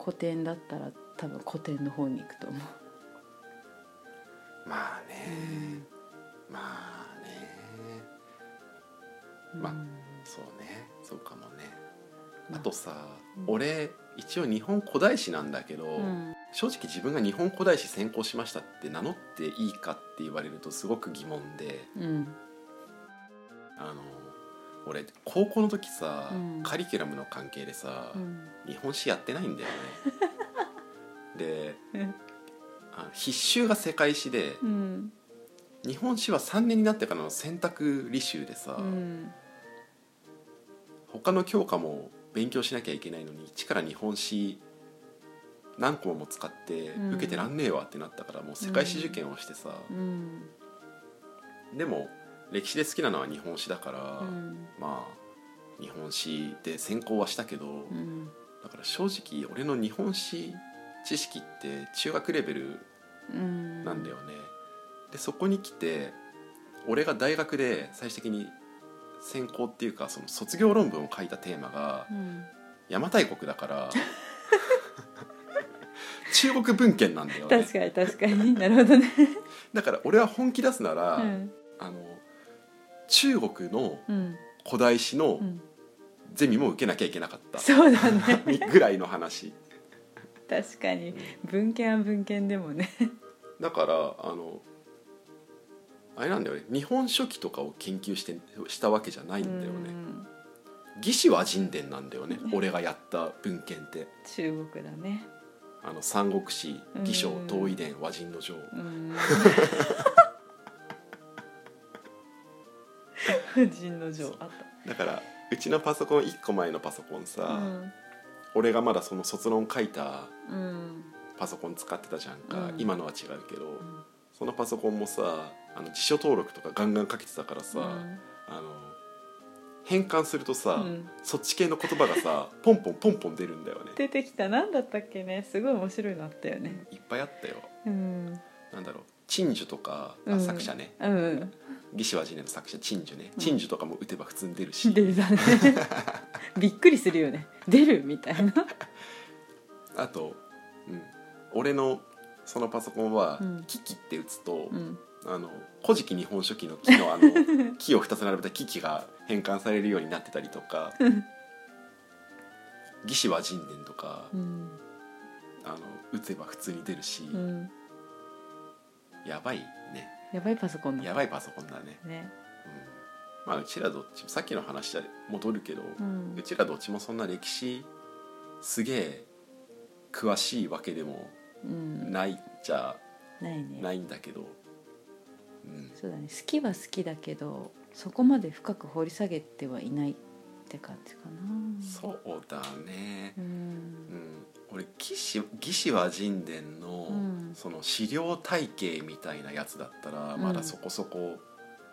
[SPEAKER 2] う古典だったら多分古典の方に行くと思う。
[SPEAKER 1] まあね、まあねまあそうねそうかもね
[SPEAKER 2] うん
[SPEAKER 1] あとさ、
[SPEAKER 2] うん
[SPEAKER 1] 俺一応日本古代史なんだけど、
[SPEAKER 2] うん
[SPEAKER 1] 正直自分が日本古代史専攻しましたって名乗っていいかって言われるとすごく疑問で
[SPEAKER 2] うん
[SPEAKER 1] あの俺高校の時さ、
[SPEAKER 2] うん
[SPEAKER 1] カリキュラムの関係でさ、
[SPEAKER 2] うん
[SPEAKER 1] 日本史やってないんだよね。 で
[SPEAKER 2] うん
[SPEAKER 1] あの必修が世界史で
[SPEAKER 2] うん
[SPEAKER 1] 日本史は3年になってからの選択履修でさ、
[SPEAKER 2] うん
[SPEAKER 1] 他の教科も勉強しなきゃいけないのに一から日本史何個も使って
[SPEAKER 2] うん
[SPEAKER 1] 受けてらんねえわってなったから、もう世界史受験をしてさ、
[SPEAKER 2] うん
[SPEAKER 1] でも歴史で好きなのは日本史だから、
[SPEAKER 2] うん
[SPEAKER 1] まあ日本史で専攻はしたけど、
[SPEAKER 2] うん
[SPEAKER 1] だから正直俺の日本史知識って中学レベル
[SPEAKER 2] うん
[SPEAKER 1] なんだよね。でそこに来て俺が大学で最終的に専攻っていうかその卒業論文を書いたテーマが
[SPEAKER 2] うん
[SPEAKER 1] 邪馬台国だから中国文献なんだよね
[SPEAKER 2] 確かに確かになるほどね。
[SPEAKER 1] だから俺は本気出すなら、
[SPEAKER 2] うん
[SPEAKER 1] あの中国の
[SPEAKER 2] うん
[SPEAKER 1] 古代史の
[SPEAKER 2] うん
[SPEAKER 1] ゼミも受けなきゃいけなかった、
[SPEAKER 2] そうだね。
[SPEAKER 1] ぐらいの話
[SPEAKER 2] 確かに文献は文献でもね
[SPEAKER 1] だからあのあれなんだよね日本書紀とかを研究してしたわけじゃないんだよ
[SPEAKER 2] う
[SPEAKER 1] ね
[SPEAKER 2] ん
[SPEAKER 1] 魏志倭人伝なんだよね俺がやった文献って
[SPEAKER 2] 中国だね
[SPEAKER 1] あの三国志魏将
[SPEAKER 2] うん
[SPEAKER 1] 東夷伝倭人の城
[SPEAKER 2] うん 人の情あっ
[SPEAKER 1] だからうちのパソコン1個前のパソコン
[SPEAKER 2] た
[SPEAKER 1] さ、俺がまだその卒論書いた
[SPEAKER 2] うんうん
[SPEAKER 1] パソコン使ってたじゃんか、
[SPEAKER 2] うん
[SPEAKER 1] 今のは違うけど、
[SPEAKER 2] ん
[SPEAKER 1] そのパソコンもさあの辞書登録とかガンガンかけてたからさ、
[SPEAKER 2] うん
[SPEAKER 1] あの変換するとさ、
[SPEAKER 2] うん
[SPEAKER 1] そっち系の言葉がさ ポンポンポンポン出るんだよね
[SPEAKER 2] 出てきた何だったっけねすごい面白いのあったよね
[SPEAKER 1] いっぱいあったよ
[SPEAKER 2] うん
[SPEAKER 1] なんだろう陳樹とか、あ
[SPEAKER 2] うん
[SPEAKER 1] 作者ね
[SPEAKER 2] うん
[SPEAKER 1] 魏志倭人伝の作者陳樹ね
[SPEAKER 2] うん
[SPEAKER 1] 陳樹とかも打てば普通に出るし、
[SPEAKER 2] 出るだ ねびっくりするよね出るみたいな
[SPEAKER 1] あと、うん、俺のそのパソコンは
[SPEAKER 2] うん
[SPEAKER 1] 「キキ」って打つと
[SPEAKER 2] う、ん
[SPEAKER 1] あの「古事記日本書紀」の「木の あの木を2つ並べた「キキ」が変換されるようになってたりとか「魏志は人伝」とか、
[SPEAKER 2] うん
[SPEAKER 1] あの打てば普通に出るし、
[SPEAKER 2] うん
[SPEAKER 1] やばいね
[SPEAKER 2] やばいパソコンだ
[SPEAKER 1] やばいパソコンだね、
[SPEAKER 2] ね
[SPEAKER 1] うんまあうちらどっちもさっきの話で戻るけど、
[SPEAKER 2] うん
[SPEAKER 1] うちらどっちもそんな歴史すげえ詳しいわけでも
[SPEAKER 2] うん
[SPEAKER 1] ないじゃ
[SPEAKER 2] ないね
[SPEAKER 1] ないんだけど、うん、
[SPEAKER 2] そうだね好きは好きだけどそこまで深く掘り下げてはいないって感じかな
[SPEAKER 1] そうだね
[SPEAKER 2] う、
[SPEAKER 1] うんん、俺魏志魏志は神殿の、
[SPEAKER 2] うん
[SPEAKER 1] その資料体系みたいなやつだったら
[SPEAKER 2] うん
[SPEAKER 1] まだそこそこ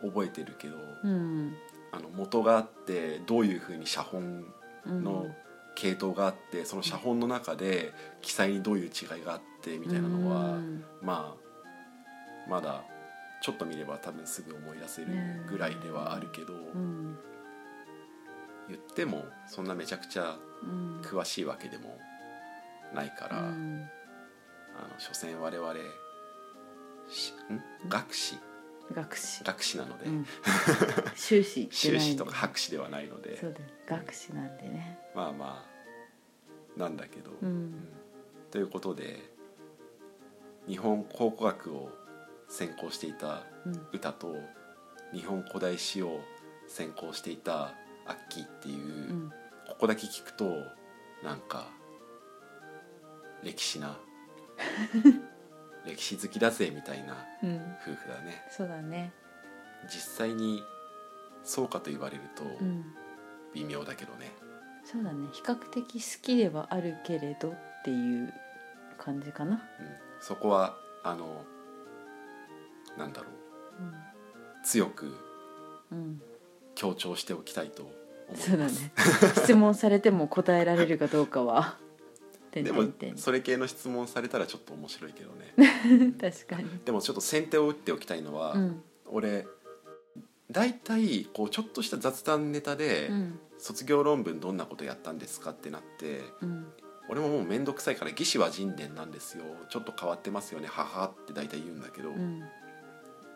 [SPEAKER 1] 覚えてるけど、
[SPEAKER 2] うん
[SPEAKER 1] あの元があってどういうふうに写本
[SPEAKER 2] うん
[SPEAKER 1] の系統があってその写本の中で記載にどういう違いがあってみたいなのは、
[SPEAKER 2] うん
[SPEAKER 1] まあまだちょっと見れば多分すぐ思い出せるぐらいではあるけど、
[SPEAKER 2] うん
[SPEAKER 1] 言ってもそんなめちゃくちゃ
[SPEAKER 2] うん
[SPEAKER 1] 詳しいわけでもないから、
[SPEAKER 2] うん
[SPEAKER 1] あの所詮我々しん学士
[SPEAKER 2] 学士
[SPEAKER 1] 学士なので、
[SPEAKER 2] うん修士行って
[SPEAKER 1] 修
[SPEAKER 2] ないん
[SPEAKER 1] 士
[SPEAKER 2] で
[SPEAKER 1] とか博士ではないので
[SPEAKER 2] そうだよ学士なんでね
[SPEAKER 1] まあまあなんだけど、
[SPEAKER 2] う
[SPEAKER 1] うんんということで日本考古学を専攻していた
[SPEAKER 2] うん
[SPEAKER 1] 歌と日本古代史を専攻していたアッキーっていう、
[SPEAKER 2] うん
[SPEAKER 1] ここだけ聞くとなんか歴 史な歴史好きだぜみたいな
[SPEAKER 2] うん
[SPEAKER 1] 夫婦だね
[SPEAKER 2] そうだね
[SPEAKER 1] 実際にそうかと言われると
[SPEAKER 2] うん
[SPEAKER 1] 微妙だけどね、
[SPEAKER 2] そうだね比較的好きではあるけれどっていう感じかな
[SPEAKER 1] うんそこはあのなんだろう強く
[SPEAKER 2] うん
[SPEAKER 1] 強調しておきたいと思
[SPEAKER 2] うん
[SPEAKER 1] い
[SPEAKER 2] そうだ
[SPEAKER 1] ま
[SPEAKER 2] ね
[SPEAKER 1] す、
[SPEAKER 2] 質問されても答えられるかどうかは点
[SPEAKER 1] で
[SPEAKER 2] 々
[SPEAKER 1] も
[SPEAKER 2] 点々
[SPEAKER 1] それ系の質問されたらちょっと面白いけどね
[SPEAKER 2] 確かに
[SPEAKER 1] でもちょっと先手を打っておきたいのは、
[SPEAKER 2] うん
[SPEAKER 1] 俺大体こうちょっとした雑談ネタで、
[SPEAKER 2] うん
[SPEAKER 1] 卒業論文どんなことやったんですかってなって
[SPEAKER 2] うん
[SPEAKER 1] 俺ももう面倒くさいから「魏志は人伝なんですよちょっと変わってますよね母」って大体言うんだけど、
[SPEAKER 2] うん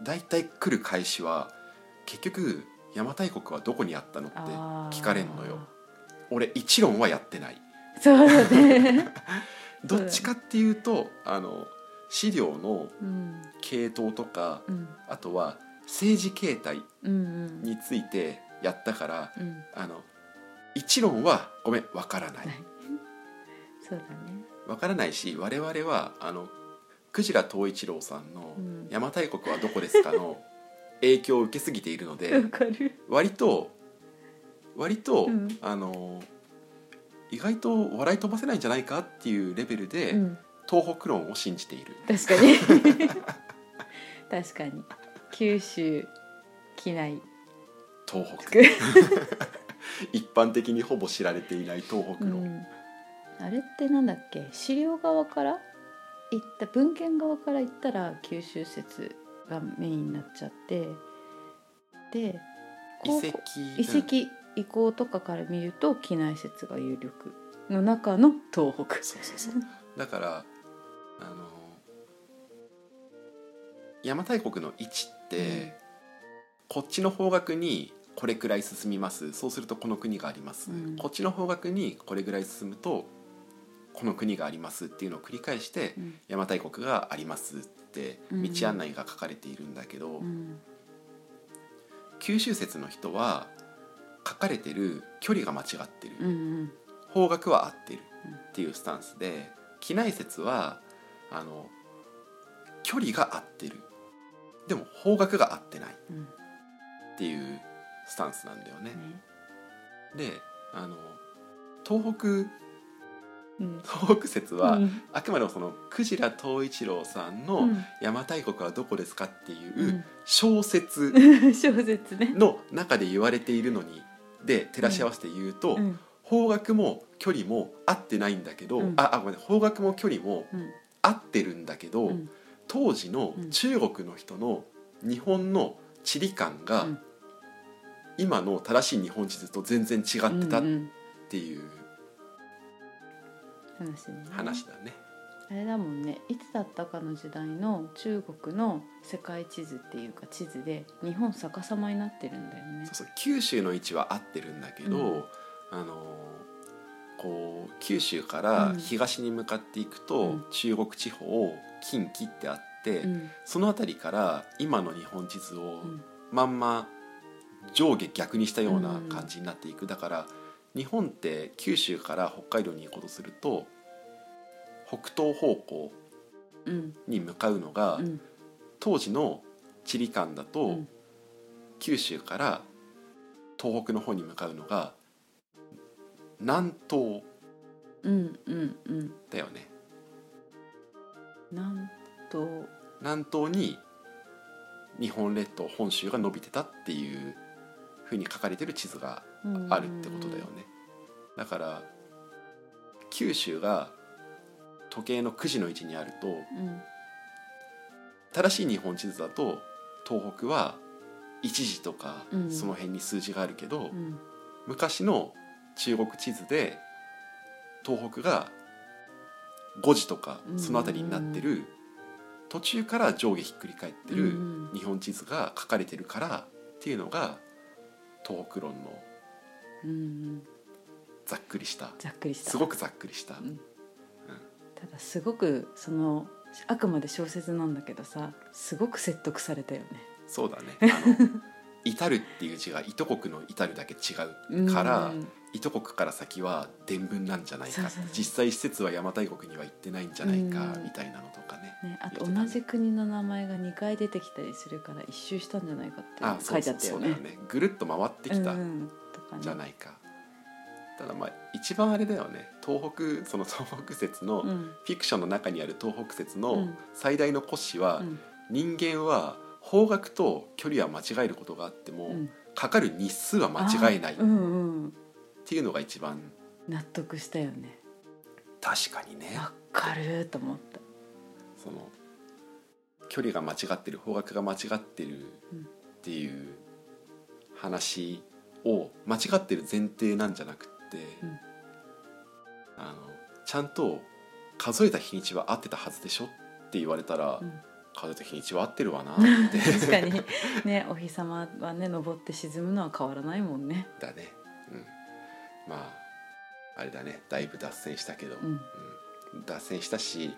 [SPEAKER 1] 大体来る返しは結局邪馬台国はどこにあったのって
[SPEAKER 2] あー
[SPEAKER 1] 聞かれんのよ俺一論はやってない
[SPEAKER 2] そうだ ね
[SPEAKER 1] どっちかっていうとあの資料の
[SPEAKER 2] うん
[SPEAKER 1] 系統とか
[SPEAKER 2] うん
[SPEAKER 1] あとは政治形態
[SPEAKER 2] うんうん
[SPEAKER 1] についてやったから
[SPEAKER 2] うん
[SPEAKER 1] あの一論はごめんわからない
[SPEAKER 2] ないそうだね
[SPEAKER 1] わからないし我々はあの久慈良藤一郎さんの
[SPEAKER 2] うん
[SPEAKER 1] 「邪馬台国はどこですか?」 の影響を受けすぎているので
[SPEAKER 2] わかる
[SPEAKER 1] 割と割と、
[SPEAKER 2] うん
[SPEAKER 1] あの意外と笑い飛ばせないんじゃないかっていうレベルで、
[SPEAKER 2] うん
[SPEAKER 1] 東北論を信じている
[SPEAKER 2] 確かに 確かに九州機内
[SPEAKER 1] 東北
[SPEAKER 2] く
[SPEAKER 1] 一般的にほぼ知られていない東北
[SPEAKER 2] う
[SPEAKER 1] 論、
[SPEAKER 2] ん、あれってなんだっけ資料側から行った文献側から行ったら九州説がメインになっちゃってで
[SPEAKER 1] 遺
[SPEAKER 2] 考古
[SPEAKER 1] 跡
[SPEAKER 2] 遺跡移行とかから見ると機内説が有力の中の東北
[SPEAKER 1] そうそうそうだからあの邪馬台国の位置って、こっちの方角にこれくらい進みますそうするとこの国があります、
[SPEAKER 2] うん
[SPEAKER 1] こっちの方角にこれぐらい進むとこの国がありますっていうのを繰り返して
[SPEAKER 2] うん
[SPEAKER 1] 邪馬台国がありますって
[SPEAKER 2] うん
[SPEAKER 1] 道案内が書かれているんだけど、
[SPEAKER 2] うん
[SPEAKER 1] 九州説の人は書かれてる距離が間違ってる、
[SPEAKER 2] うんうん
[SPEAKER 1] 方角は合ってる
[SPEAKER 2] うん
[SPEAKER 1] っていうスタンスで機内説はあの距離が合ってるでも方角が合ってないっ
[SPEAKER 2] うん
[SPEAKER 1] ていうスタンスなんだよね。
[SPEAKER 2] ね
[SPEAKER 1] であの東北
[SPEAKER 2] うん
[SPEAKER 1] 東北説は、
[SPEAKER 2] うん
[SPEAKER 1] あくまでもその鯨藤一郎さん
[SPEAKER 2] う
[SPEAKER 1] の
[SPEAKER 2] ん
[SPEAKER 1] 「邪馬台国はどこですか?」っていううん小説
[SPEAKER 2] 小説ね
[SPEAKER 1] の中で言われているのにで照らし合わせて言うと、
[SPEAKER 2] うん
[SPEAKER 1] 方角も距離も合ってないんだけど、
[SPEAKER 2] うん
[SPEAKER 1] ああごめん方角も距離も
[SPEAKER 2] うん
[SPEAKER 1] 合ってるんだけど、
[SPEAKER 2] うん
[SPEAKER 1] 当時の
[SPEAKER 2] うん
[SPEAKER 1] 中国の人の日本の地理観が、
[SPEAKER 2] うん
[SPEAKER 1] 今の正しい日本地図と全然違ってたっていう
[SPEAKER 2] 話ね
[SPEAKER 1] 話だね。
[SPEAKER 2] ああれだもんねいつだったかの時代の中国の世界地図っていうか地図で日本逆さまになってるんだよね
[SPEAKER 1] そう。そう九州の位置は合ってるんだけど、
[SPEAKER 2] うん
[SPEAKER 1] あのこう九州から東に向かっていくと、
[SPEAKER 2] うん
[SPEAKER 1] 中国地方近畿ってあって、
[SPEAKER 2] うん
[SPEAKER 1] その辺りから今の日本地図を
[SPEAKER 2] うん
[SPEAKER 1] まんま上下逆にしたような感じになっていく、だから日本って九州から北海道に行こうとすると北東方向
[SPEAKER 2] うん
[SPEAKER 1] に向かうのが、
[SPEAKER 2] うん
[SPEAKER 1] 当時の地理観だと、
[SPEAKER 2] うん
[SPEAKER 1] 九州から東北の方に向かうのが南東
[SPEAKER 2] うんうんうん
[SPEAKER 1] だよね
[SPEAKER 2] なんと
[SPEAKER 1] 南東に日本列島本州が伸びてたっていうふうに書かれてる地図があるってことだよねだから九州が時計の9時の位置にあると
[SPEAKER 2] うん
[SPEAKER 1] 正しい日本地図だと東北は1時とか
[SPEAKER 2] うん
[SPEAKER 1] その辺に数字があるけど、
[SPEAKER 2] うん
[SPEAKER 1] 昔の中国地図で東北が5時とか
[SPEAKER 2] うん
[SPEAKER 1] その辺りになってる途中から上下ひっくり返って
[SPEAKER 2] う
[SPEAKER 1] る
[SPEAKER 2] ん
[SPEAKER 1] 日本地図が書かれてるからっていうのが東北論の
[SPEAKER 2] うんうん
[SPEAKER 1] ざっくりした
[SPEAKER 2] ざっくりした
[SPEAKER 1] すごくざっくりした
[SPEAKER 2] うんただすごくそのあくまで小説なんだけどさすごく説得されたよね。
[SPEAKER 1] そうだ ねあの至るっていう字がいと国の至るだけ違
[SPEAKER 2] うん
[SPEAKER 1] うからいと国から先は伝聞なんじゃない
[SPEAKER 2] そう
[SPEAKER 1] か
[SPEAKER 2] そうそう
[SPEAKER 1] 実際施設は邪馬台国には行ってないんじゃないか
[SPEAKER 2] うん
[SPEAKER 1] みたいなのとかね
[SPEAKER 2] ね、あと
[SPEAKER 1] 言ってた
[SPEAKER 2] 同
[SPEAKER 1] ね
[SPEAKER 2] じ国の名前が2回出てきたりするから一周したんじゃないか
[SPEAKER 1] あ
[SPEAKER 2] って
[SPEAKER 1] そ
[SPEAKER 2] 書
[SPEAKER 1] う
[SPEAKER 2] いて
[SPEAKER 1] そ
[SPEAKER 2] あ
[SPEAKER 1] う
[SPEAKER 2] った
[SPEAKER 1] そ
[SPEAKER 2] よ
[SPEAKER 1] うだよ
[SPEAKER 2] ね。
[SPEAKER 1] ねぐるっと回ってきた
[SPEAKER 2] うんうんとかね
[SPEAKER 1] じゃないか、ただまあ一番あれだよね東北その東北説の、
[SPEAKER 2] うん
[SPEAKER 1] フィクションの中にある東北説
[SPEAKER 2] う
[SPEAKER 1] の
[SPEAKER 2] ん
[SPEAKER 1] 最大の骨子は、
[SPEAKER 2] うん
[SPEAKER 1] 人間は方角と距離は間違えることがあっても、
[SPEAKER 2] うん
[SPEAKER 1] かかる日数は間違えないっ
[SPEAKER 2] あーうんうん、
[SPEAKER 1] ていうのが一番、
[SPEAKER 2] 納得したよね
[SPEAKER 1] 確かにね
[SPEAKER 2] わかると思った
[SPEAKER 1] その距離が間違ってる方角が間違ってる
[SPEAKER 2] うん
[SPEAKER 1] っていう話を間違ってる前提なんじゃなくって、
[SPEAKER 2] うん
[SPEAKER 1] あのちゃんと数えた日にちは合ってたはずでしょって言われたら、
[SPEAKER 2] うん
[SPEAKER 1] 数えた日にちは合ってるわなって
[SPEAKER 2] 確かにねお日様はね登って沈むのは変わらないもんね
[SPEAKER 1] だね、うん、まああれだねだいぶ脱線したけど、
[SPEAKER 2] うん
[SPEAKER 1] うん脱線したし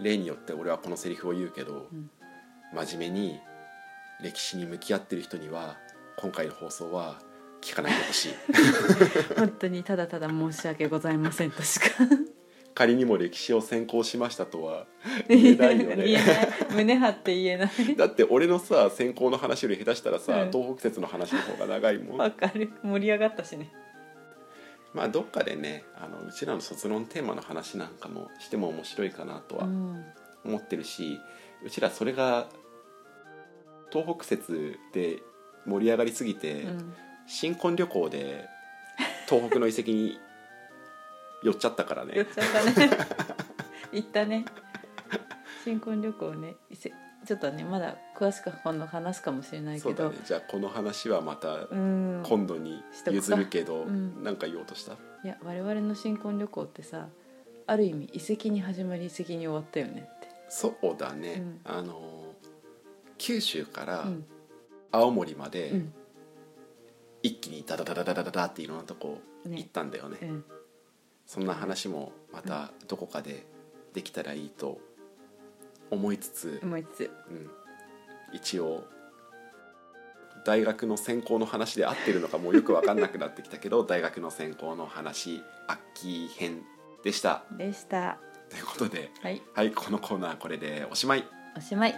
[SPEAKER 1] 例によって俺はこのセリフを言うけど、
[SPEAKER 2] うん
[SPEAKER 1] 真面目に歴史に向き合ってる人には今回の放送は聞かないでほしい
[SPEAKER 2] 本当にただただ申し訳ございませんとしか
[SPEAKER 1] 仮にも歴史を専攻しましたとは言
[SPEAKER 2] 言
[SPEAKER 1] え
[SPEAKER 2] えな
[SPEAKER 1] ない
[SPEAKER 2] い
[SPEAKER 1] よね
[SPEAKER 2] 胸張って言えない
[SPEAKER 1] だって俺のさ専攻の話より下手したらさ、
[SPEAKER 2] うん
[SPEAKER 1] 東北説の話の方が長いもん
[SPEAKER 2] わかる盛り上がったしね
[SPEAKER 1] まあどっかでねあのうちらの卒論テーマの話なんかもしても面白いかなとは
[SPEAKER 2] うん
[SPEAKER 1] 思ってるしうちらそれが東北説で盛り上がりすぎて、
[SPEAKER 2] うん
[SPEAKER 1] 新婚旅行で東北の遺跡に 寄っちゃったから
[SPEAKER 2] 言
[SPEAKER 1] ね
[SPEAKER 2] っちゃったね行ったね新婚旅行ね伊勢ちょっとねまだ詳しく今度話すかもしれない
[SPEAKER 1] そ
[SPEAKER 2] け
[SPEAKER 1] うだ
[SPEAKER 2] ど
[SPEAKER 1] ねじゃあこの話はまた
[SPEAKER 2] うん
[SPEAKER 1] 今度に譲るけど、
[SPEAKER 2] しとくかうん
[SPEAKER 1] なんか言おうとした
[SPEAKER 2] いや我々の新婚旅行ってさある意味遺跡に始まり遺跡に終わったよねって
[SPEAKER 1] そうだね、
[SPEAKER 2] うん
[SPEAKER 1] あの九州から
[SPEAKER 2] うん
[SPEAKER 1] 青森まで
[SPEAKER 2] うん
[SPEAKER 1] 一気にダダダダダダダダっていろんなとこ行っ
[SPEAKER 2] ね
[SPEAKER 1] たんだよね
[SPEAKER 2] うん
[SPEAKER 1] そんな話もまたどこかでできたらいいと思いつつ、
[SPEAKER 2] 思いつつ
[SPEAKER 1] うん、一応大学の専攻の話で合ってるのかもうよく分かんなくなってきたけ ど大学の専攻の話秋編でした。
[SPEAKER 2] でした
[SPEAKER 1] ということで、
[SPEAKER 2] はい
[SPEAKER 1] はい、このコーナーはこれでおしまい。
[SPEAKER 2] おしまい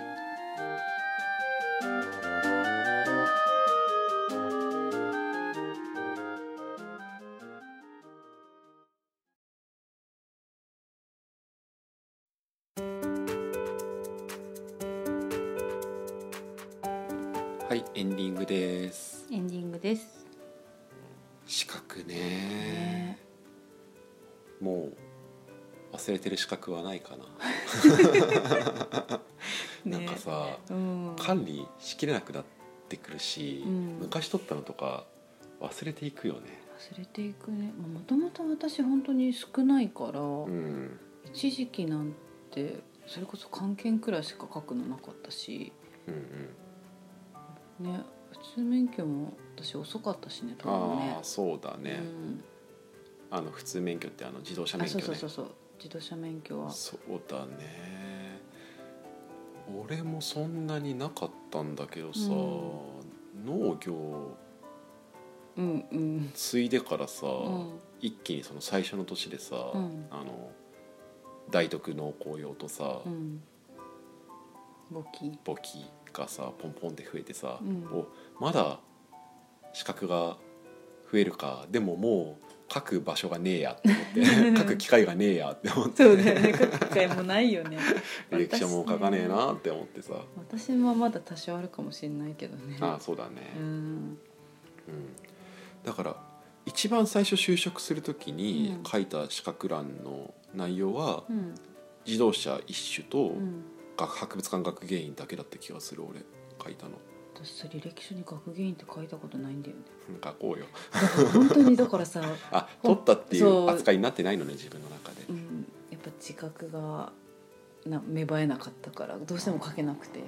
[SPEAKER 1] はい、エンディングです。
[SPEAKER 2] エンディングです
[SPEAKER 1] 資格ねもう忘れてる資格はないかな。なんかさ、
[SPEAKER 2] うん
[SPEAKER 1] 管理しきれなくなってくるし、
[SPEAKER 2] うん
[SPEAKER 1] 昔取ったのとか忘れていくよね。
[SPEAKER 2] 忘れていくねもともと私本当に少ないから、
[SPEAKER 1] うん、
[SPEAKER 2] 遺一時期なんてそれこそ漢検くらいしか書くのなかったし
[SPEAKER 1] うんうん
[SPEAKER 2] ね普通免許も私遅かったしね多分
[SPEAKER 1] あ
[SPEAKER 2] ね
[SPEAKER 1] あそうだね
[SPEAKER 2] う、ん、
[SPEAKER 1] あの普通免許ってあの自動車
[SPEAKER 2] あ
[SPEAKER 1] 免許
[SPEAKER 2] そう
[SPEAKER 1] ね
[SPEAKER 2] そうそうそう自動車免許は
[SPEAKER 1] そうだね俺もそんなになかったんだけどさ、農業
[SPEAKER 2] うんうん
[SPEAKER 1] 継いでからさ、
[SPEAKER 2] うん
[SPEAKER 1] 一気にその最初の年でさ、
[SPEAKER 2] うん
[SPEAKER 1] あの大徳農工用とさ、
[SPEAKER 2] うん簿記
[SPEAKER 1] 簿記がさポンポンって増えてさ、
[SPEAKER 2] うん
[SPEAKER 1] おまだ資格が増えるかでももう書く場所がねえやって思って 書く機会がねえやって思って
[SPEAKER 2] そうだよね書く機会もないよね
[SPEAKER 1] 履歴書も書かねえ
[SPEAKER 2] 私ね
[SPEAKER 1] なって思ってさ、
[SPEAKER 2] 私もまだ多少あるかもしれないけどね
[SPEAKER 1] ああそうだね、
[SPEAKER 2] うん
[SPEAKER 1] うんだから一番最初就職するときに
[SPEAKER 2] うん
[SPEAKER 1] 書いた資格欄の内容は
[SPEAKER 2] うん
[SPEAKER 1] 自動車一種と
[SPEAKER 2] うん
[SPEAKER 1] 学博物館学芸員だけだった気がする俺書いたの
[SPEAKER 2] 私さ履歴書に学芸員って書いたことないんだよね
[SPEAKER 1] うん書こうよ
[SPEAKER 2] だから本当にだからさ、
[SPEAKER 1] あ
[SPEAKER 2] ほん
[SPEAKER 1] 取ったってい
[SPEAKER 2] そう
[SPEAKER 1] う扱いになってないのね自分の中で
[SPEAKER 2] うん、やっぱ自覚がな芽生えなかったからどうしても書けなくて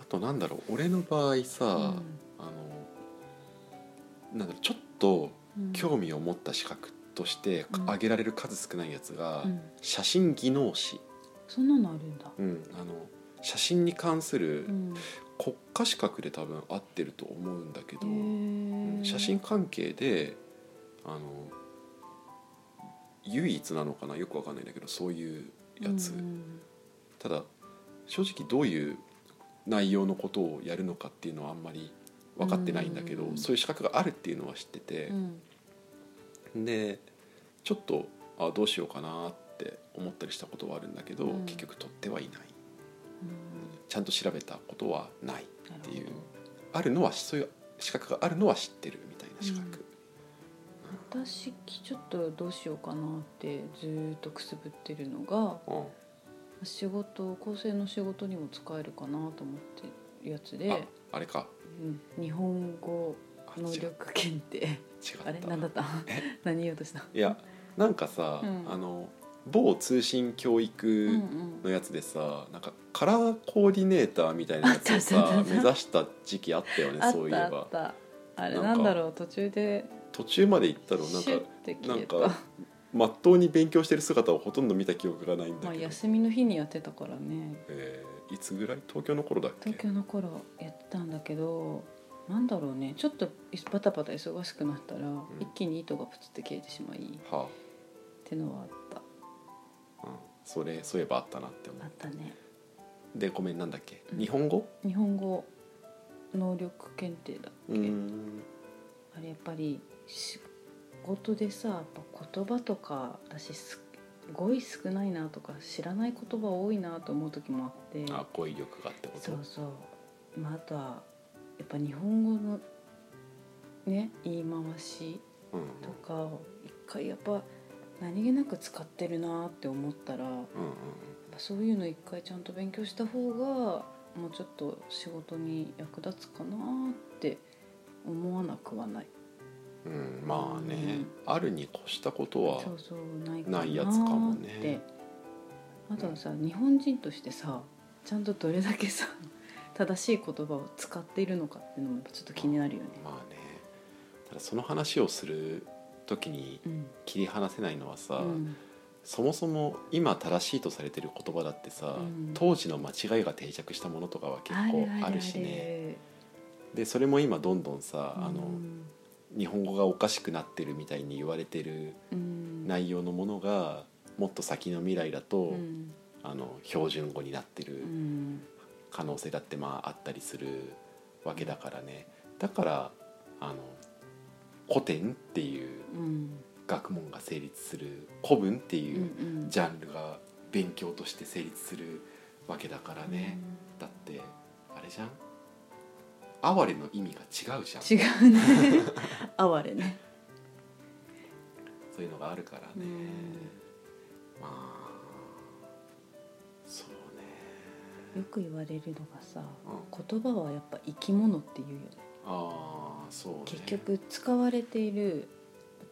[SPEAKER 1] あとなんだろう俺の場合さ、
[SPEAKER 2] うん
[SPEAKER 1] あのなんだろうちょっと
[SPEAKER 2] うん
[SPEAKER 1] 興味を持った資格として
[SPEAKER 2] うん
[SPEAKER 1] 挙げられる数少ないやつが、
[SPEAKER 2] うん
[SPEAKER 1] 写真技能士、
[SPEAKER 2] そんなのあるんだ、
[SPEAKER 1] うん、あの写真に関する
[SPEAKER 2] うん
[SPEAKER 1] 国家資格で多分合ってると思うんだけど、
[SPEAKER 2] へ
[SPEAKER 1] う
[SPEAKER 2] え
[SPEAKER 1] ん写真関係であの唯一なのかなよくわかんないんだけどそういうやつ、
[SPEAKER 2] うん
[SPEAKER 1] ただ正直どういう内容のことをやるのかっていうのはあんまり分かってないんだけど、
[SPEAKER 2] うん
[SPEAKER 1] そういう資格があるっていうのは知ってて
[SPEAKER 2] う、ん
[SPEAKER 1] でちょっとあどうしようかなって思ったりしたことはあるんだけど、
[SPEAKER 2] うん
[SPEAKER 1] 結局取ってはいない
[SPEAKER 2] うん
[SPEAKER 1] ちゃんと調べたことはない
[SPEAKER 2] なるほど
[SPEAKER 1] っていうあるのはそういう資格があるのは知ってるみたいな資格、
[SPEAKER 2] 私ちょっとどうしようかなってずーっとくすぶってるのが
[SPEAKER 1] うん
[SPEAKER 2] 仕事構成の仕事にも使えるかなと思ってるやつで
[SPEAKER 1] あ、あれか
[SPEAKER 2] うん日本語
[SPEAKER 1] あ
[SPEAKER 2] 能
[SPEAKER 1] 違う違っ
[SPEAKER 2] 力検定
[SPEAKER 1] た
[SPEAKER 2] あれ何だった
[SPEAKER 1] え
[SPEAKER 2] 何言おうとした
[SPEAKER 1] いやなんかさ、
[SPEAKER 2] うん
[SPEAKER 1] あの某通信
[SPEAKER 2] う
[SPEAKER 1] 教
[SPEAKER 2] んう
[SPEAKER 1] 育
[SPEAKER 2] ん
[SPEAKER 1] のやつでさなんかカラーコーディネーターみたいなやつを
[SPEAKER 2] あったあ
[SPEAKER 1] さ
[SPEAKER 2] った
[SPEAKER 1] 目指した時期あったよね
[SPEAKER 2] あっ
[SPEAKER 1] そういえ
[SPEAKER 2] たあ
[SPEAKER 1] ば
[SPEAKER 2] ったあれ
[SPEAKER 1] なんか
[SPEAKER 2] なんだろう途中で
[SPEAKER 1] 途中まで行っ
[SPEAKER 2] シ
[SPEAKER 1] たのなんか
[SPEAKER 2] ュッて消
[SPEAKER 1] な
[SPEAKER 2] え
[SPEAKER 1] ん
[SPEAKER 2] た
[SPEAKER 1] かまっとうに勉強してる姿をほとんど見た記憶がないん
[SPEAKER 2] ま
[SPEAKER 1] だ
[SPEAKER 2] あ
[SPEAKER 1] けど、
[SPEAKER 2] 休みの日にやってたからね
[SPEAKER 1] えーいつぐらい東京の頃だっけ
[SPEAKER 2] 東京の頃やってたんだけどなんだろうねちょっとバタバタ忙しくなったら、
[SPEAKER 1] ん
[SPEAKER 2] 一気に糸がプツって消えてしまいっ
[SPEAKER 1] は
[SPEAKER 2] てのはあった
[SPEAKER 1] あ、うん、それそういえばあったなって思う
[SPEAKER 2] あったね
[SPEAKER 1] でごめんなんだっけ
[SPEAKER 2] うん
[SPEAKER 1] 日本語
[SPEAKER 2] 日本語能力検定だっけ、
[SPEAKER 1] うん
[SPEAKER 2] あれやっぱり仕事でさやっぱ言葉とか私すごい少ないなとか知らない言葉多いなと思う時もあって
[SPEAKER 1] あ語彙力がってこと
[SPEAKER 2] そうそう、まあ、あとはやっぱ日本語のね言い回し
[SPEAKER 1] うんうん
[SPEAKER 2] とかを一回やっぱ何気なく使ってるなって思ったらやっ
[SPEAKER 1] うんうん
[SPEAKER 2] ぱそういうの一回ちゃんと勉強した方がもうちょっと仕事に役立つかなって思わなくはない
[SPEAKER 1] うんうんまあね、
[SPEAKER 2] うん
[SPEAKER 1] あるに越したことは
[SPEAKER 2] そうそうないかなー
[SPEAKER 1] な
[SPEAKER 2] って
[SPEAKER 1] いやつかもね
[SPEAKER 2] あとはさ日本人としてさちゃんとどれだけさ 正しい言葉を使っているのかっていうのもやっぱちょっと気になるよね、
[SPEAKER 1] まあねただその話をする時に
[SPEAKER 2] うん
[SPEAKER 1] 切り離せないのはさ、
[SPEAKER 2] うん
[SPEAKER 1] そもそも今正しいとされてる言葉だってさ、
[SPEAKER 2] うん
[SPEAKER 1] 当時の間違いが定着したものとかは結構あるしねでそれも今どんどんさ、
[SPEAKER 2] ある
[SPEAKER 1] あ
[SPEAKER 2] う
[SPEAKER 1] の
[SPEAKER 2] ん
[SPEAKER 1] 日本語がおかしくなってるみたいに言われてる
[SPEAKER 2] うん
[SPEAKER 1] 内容のものがもっと先の未来だと、
[SPEAKER 2] うん
[SPEAKER 1] あの標準語になって
[SPEAKER 2] う
[SPEAKER 1] る
[SPEAKER 2] ん
[SPEAKER 1] 可能性だってまああったりするわけだからねだからあの古典っていう
[SPEAKER 2] うん
[SPEAKER 1] 学問が成立する古文って
[SPEAKER 2] う
[SPEAKER 1] いうんジャンルが勉強として成立するわけだからね、だってあれじゃん哀れの意味が違うじゃん
[SPEAKER 2] 違うね哀れね
[SPEAKER 1] そういうのがあるからね、
[SPEAKER 2] うん
[SPEAKER 1] まあそうね
[SPEAKER 2] よく言われるのがさ
[SPEAKER 1] う
[SPEAKER 2] 言葉はやっぱ生き物っていうよね
[SPEAKER 1] ああそうね
[SPEAKER 2] 結局使われている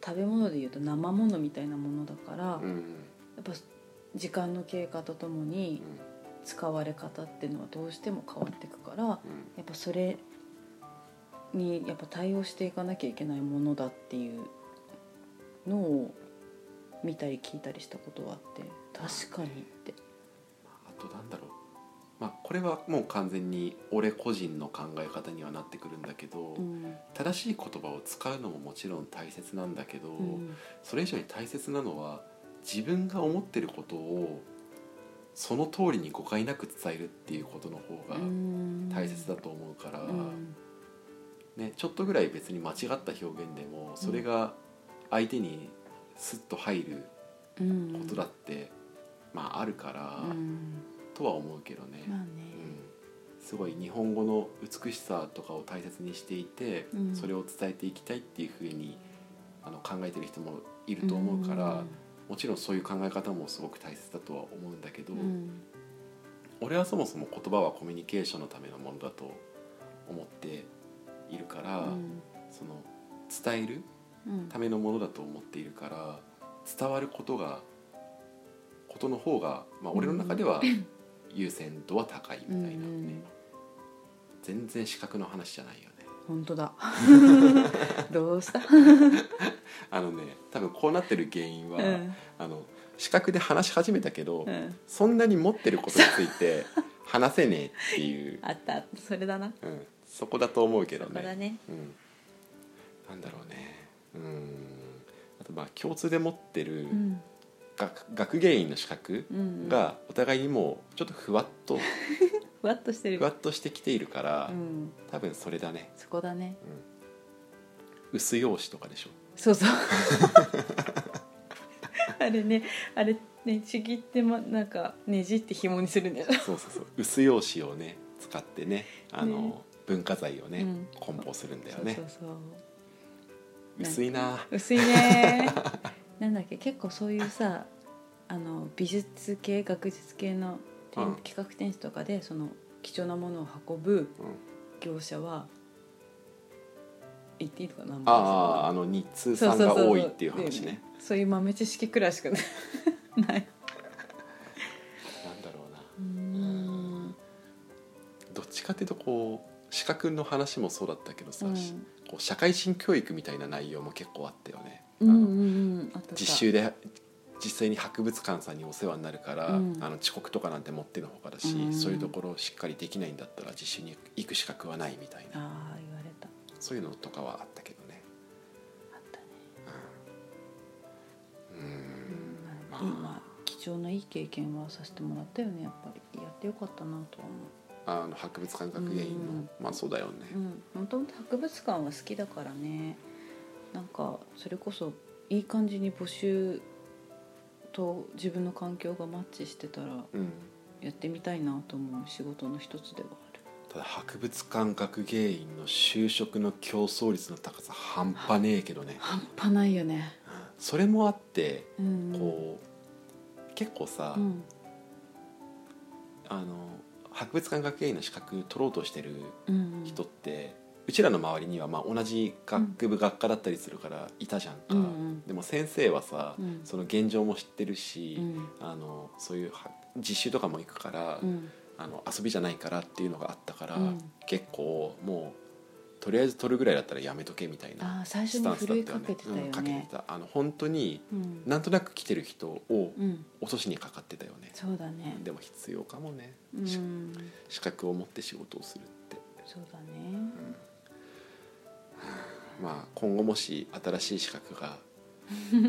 [SPEAKER 2] 食べ物でいうと生ものみたいなものだから、
[SPEAKER 1] うん
[SPEAKER 2] やっぱ時間の経過とともに
[SPEAKER 1] うん
[SPEAKER 2] 使われ方っていうのはどうしても変わっていくから
[SPEAKER 1] うん
[SPEAKER 2] やっぱそれにやっぱ対応していかなきゃいけないものだっていうのを見たり聞いたりしたことはあって確かにって
[SPEAKER 1] あとなんだろうまあこれはもう完全に俺個人の考え方にはなってくるんだけど、
[SPEAKER 2] うん
[SPEAKER 1] 正しい言葉を使うのももちろん大切なんだけど、
[SPEAKER 2] うん
[SPEAKER 1] それ以上に大切なのは自分が思ってることをその通りに誤解なく伝えるっていうことの方が
[SPEAKER 2] うん
[SPEAKER 1] 大切だと思うから、
[SPEAKER 2] うん
[SPEAKER 1] ね、ちょっとぐらい別に間違った表現でもそれが相手にスッと入る
[SPEAKER 2] うん
[SPEAKER 1] ことだって、まああるから、
[SPEAKER 2] うん
[SPEAKER 1] とは思うけどね、
[SPEAKER 2] まあね
[SPEAKER 1] うんすごい日本語の美しさとかを大切にしていて、
[SPEAKER 2] うん
[SPEAKER 1] それを伝えていきたいっていうふうにあの考えてる人もいると思うから、もちろんそういう考え方もすごく大切だとは思うんだけど、
[SPEAKER 2] うんうん
[SPEAKER 1] 俺はそもそも言葉はコミュニケーションのためのものだと思っているから、
[SPEAKER 2] うん
[SPEAKER 1] その伝える
[SPEAKER 2] うん
[SPEAKER 1] ためのものだと思っているから伝わることがことの方が、まあ、俺の中では優先度は高いみたいなね、
[SPEAKER 2] うん
[SPEAKER 1] 全然資格の話じゃないよね
[SPEAKER 2] 本当だどうした、
[SPEAKER 1] あのね多分こうなってる原因は、
[SPEAKER 2] うん
[SPEAKER 1] あの資格で話し始めたけど、
[SPEAKER 2] うん、
[SPEAKER 1] そんなに持ってることについて話せねえっていう、
[SPEAKER 2] あったあったそれだな
[SPEAKER 1] うん、そこだと思うけ
[SPEAKER 2] そ
[SPEAKER 1] ど
[SPEAKER 2] こだ
[SPEAKER 1] ね
[SPEAKER 2] ね
[SPEAKER 1] うん、なんだろうねうんあとまあ共通で持ってる
[SPEAKER 2] うん
[SPEAKER 1] 学,、学芸員の資格、
[SPEAKER 2] うん
[SPEAKER 1] がお互いにもうちょっとふわっと
[SPEAKER 2] ふわっとしてる
[SPEAKER 1] ふわっとしてきているから、
[SPEAKER 2] うん
[SPEAKER 1] 多分それだね
[SPEAKER 2] そこだね
[SPEAKER 1] 薄用紙とかでしょ
[SPEAKER 2] そう そうあれねあれねちぎってもなんかねじって紐にするんだよ
[SPEAKER 1] そうそ うそう薄用紙をね使ってねあの
[SPEAKER 2] ね
[SPEAKER 1] 文化財をね、
[SPEAKER 2] うん
[SPEAKER 1] 梱包するんだよね
[SPEAKER 2] そうそうそう
[SPEAKER 1] 薄いな
[SPEAKER 2] 薄い ねなんだっけ結構そういうさあの美術系学術系の展
[SPEAKER 1] うん
[SPEAKER 2] 企画展示とかでその貴重なものを運ぶ
[SPEAKER 1] うん
[SPEAKER 2] 業者は言っていいのかな
[SPEAKER 1] あああの日通
[SPEAKER 2] そう
[SPEAKER 1] さ
[SPEAKER 2] そ
[SPEAKER 1] ん
[SPEAKER 2] うそう
[SPEAKER 1] が
[SPEAKER 2] そう
[SPEAKER 1] 多いっていう話ね
[SPEAKER 2] そういう豆知識くらいしかないない
[SPEAKER 1] なんだろうなどっちかっていうとこう資格の話もそうだったけどさ、
[SPEAKER 2] うん
[SPEAKER 1] こう社会人教育みたいな内容も結構あったよね、
[SPEAKER 2] うんう
[SPEAKER 1] あの
[SPEAKER 2] んうんあったあった
[SPEAKER 1] 実習で実際に博物館さんにお世話になるから、
[SPEAKER 2] うん
[SPEAKER 1] あの遅刻とかなんて持ってのほかだし、
[SPEAKER 2] うん
[SPEAKER 1] そういうところをしっかりできないんだったら実習に行く資格はないみたいな
[SPEAKER 2] ああ言われた
[SPEAKER 1] そういうのとかはあったけどね
[SPEAKER 2] あったね
[SPEAKER 1] うーん
[SPEAKER 2] まあ今貴重ないい経験はさせてもらったよねやっぱりやってよかったなとは思
[SPEAKER 1] あの博物館学芸員の、
[SPEAKER 2] うん
[SPEAKER 1] まあそうだよね、
[SPEAKER 2] ううんもともと博物館は好きだからねなんかそれこそいい感じに募集と自分の環境がマッチしてたら
[SPEAKER 1] うん
[SPEAKER 2] やってみたいなと思う仕事の一つではある
[SPEAKER 1] ただ博物館学芸員の就職の競争率の高さ半端ねえけどね
[SPEAKER 2] 半端ないよね
[SPEAKER 1] それもあって
[SPEAKER 2] うん
[SPEAKER 1] こう結構さ、
[SPEAKER 2] うん
[SPEAKER 1] あの博物館学芸員の資格取ろうとしてる
[SPEAKER 2] うん
[SPEAKER 1] 人ってうちらの周りにはまあ同じ学部、学科だったりするからいたじゃんか、
[SPEAKER 2] うんうん
[SPEAKER 1] でも先生はさ、
[SPEAKER 2] うん
[SPEAKER 1] その現状も知ってるし、
[SPEAKER 2] うん
[SPEAKER 1] あのそういうは実習とかも行くから、
[SPEAKER 2] うん
[SPEAKER 1] あの遊びじゃないからっていうのがあったから、
[SPEAKER 2] うん
[SPEAKER 1] 結構もうとりあえず取るぐらいだったらやめとけみたい
[SPEAKER 2] あ
[SPEAKER 1] な
[SPEAKER 2] あ最初
[SPEAKER 1] ス
[SPEAKER 2] に
[SPEAKER 1] タン
[SPEAKER 2] ふ
[SPEAKER 1] スだ
[SPEAKER 2] る
[SPEAKER 1] っ
[SPEAKER 2] い
[SPEAKER 1] たよ
[SPEAKER 2] か
[SPEAKER 1] ね
[SPEAKER 2] けてたよ
[SPEAKER 1] うんかけて
[SPEAKER 2] ね
[SPEAKER 1] たあの本当に
[SPEAKER 2] うん
[SPEAKER 1] なんとなく来てる人を
[SPEAKER 2] うん
[SPEAKER 1] 落としにかかってたよね、
[SPEAKER 2] そうだね
[SPEAKER 1] でも必要かもね、
[SPEAKER 2] うん
[SPEAKER 1] 資格を持って仕事をするって。
[SPEAKER 2] そうだね
[SPEAKER 1] まあ、今後もし新しい資格が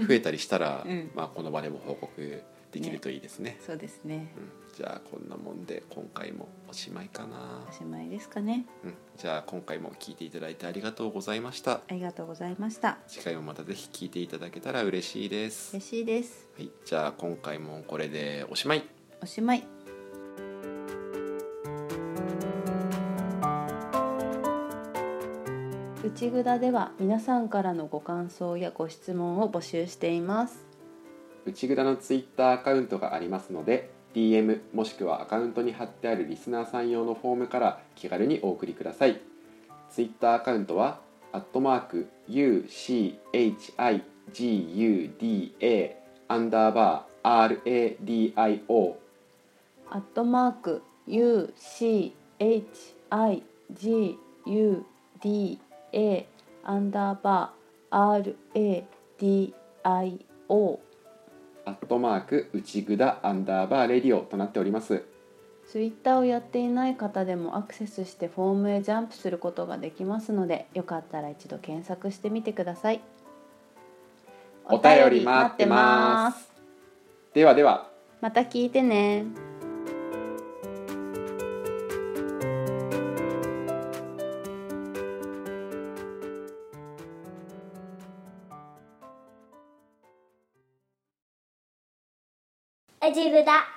[SPEAKER 1] 増えたりしたら、
[SPEAKER 2] うん
[SPEAKER 1] まあ、この場でも報告できるといいですね
[SPEAKER 2] そうですね
[SPEAKER 1] うん、じゃあこんなもんで今回もおしまいかな
[SPEAKER 2] お、しまいですかね
[SPEAKER 1] うん、じゃあ今回も聞いていただいてありがとうございました
[SPEAKER 2] ありがとうございました
[SPEAKER 1] 次回もまたぜひ聞いていただけたら嬉しいです、は
[SPEAKER 2] 嬉しいです
[SPEAKER 1] い、じゃあ今回もこれでおしまい
[SPEAKER 2] おしまい内蔵では皆さんからのご感想やご質問を募集しています
[SPEAKER 1] 内蔵のツイッターアカウントがありますので DM もしくはアカウントに貼ってあるリスナーさん用のフォームから気軽にお送りくださいツイッターアカウントは「アットマーク #UCHIGUDA アンダーバー RADIO
[SPEAKER 2] アットマーク UCHIGUDA アンダーバー RADIO
[SPEAKER 1] アットマーク内ぐだアンダーバーレディオとなっております
[SPEAKER 2] ツイッターをやっていない方でもアクセスしてフォームへジャンプすることができますのでよかったら一度検索してみてください
[SPEAKER 1] お便り待ってますではでは
[SPEAKER 2] また聞いてね
[SPEAKER 3] エジブダ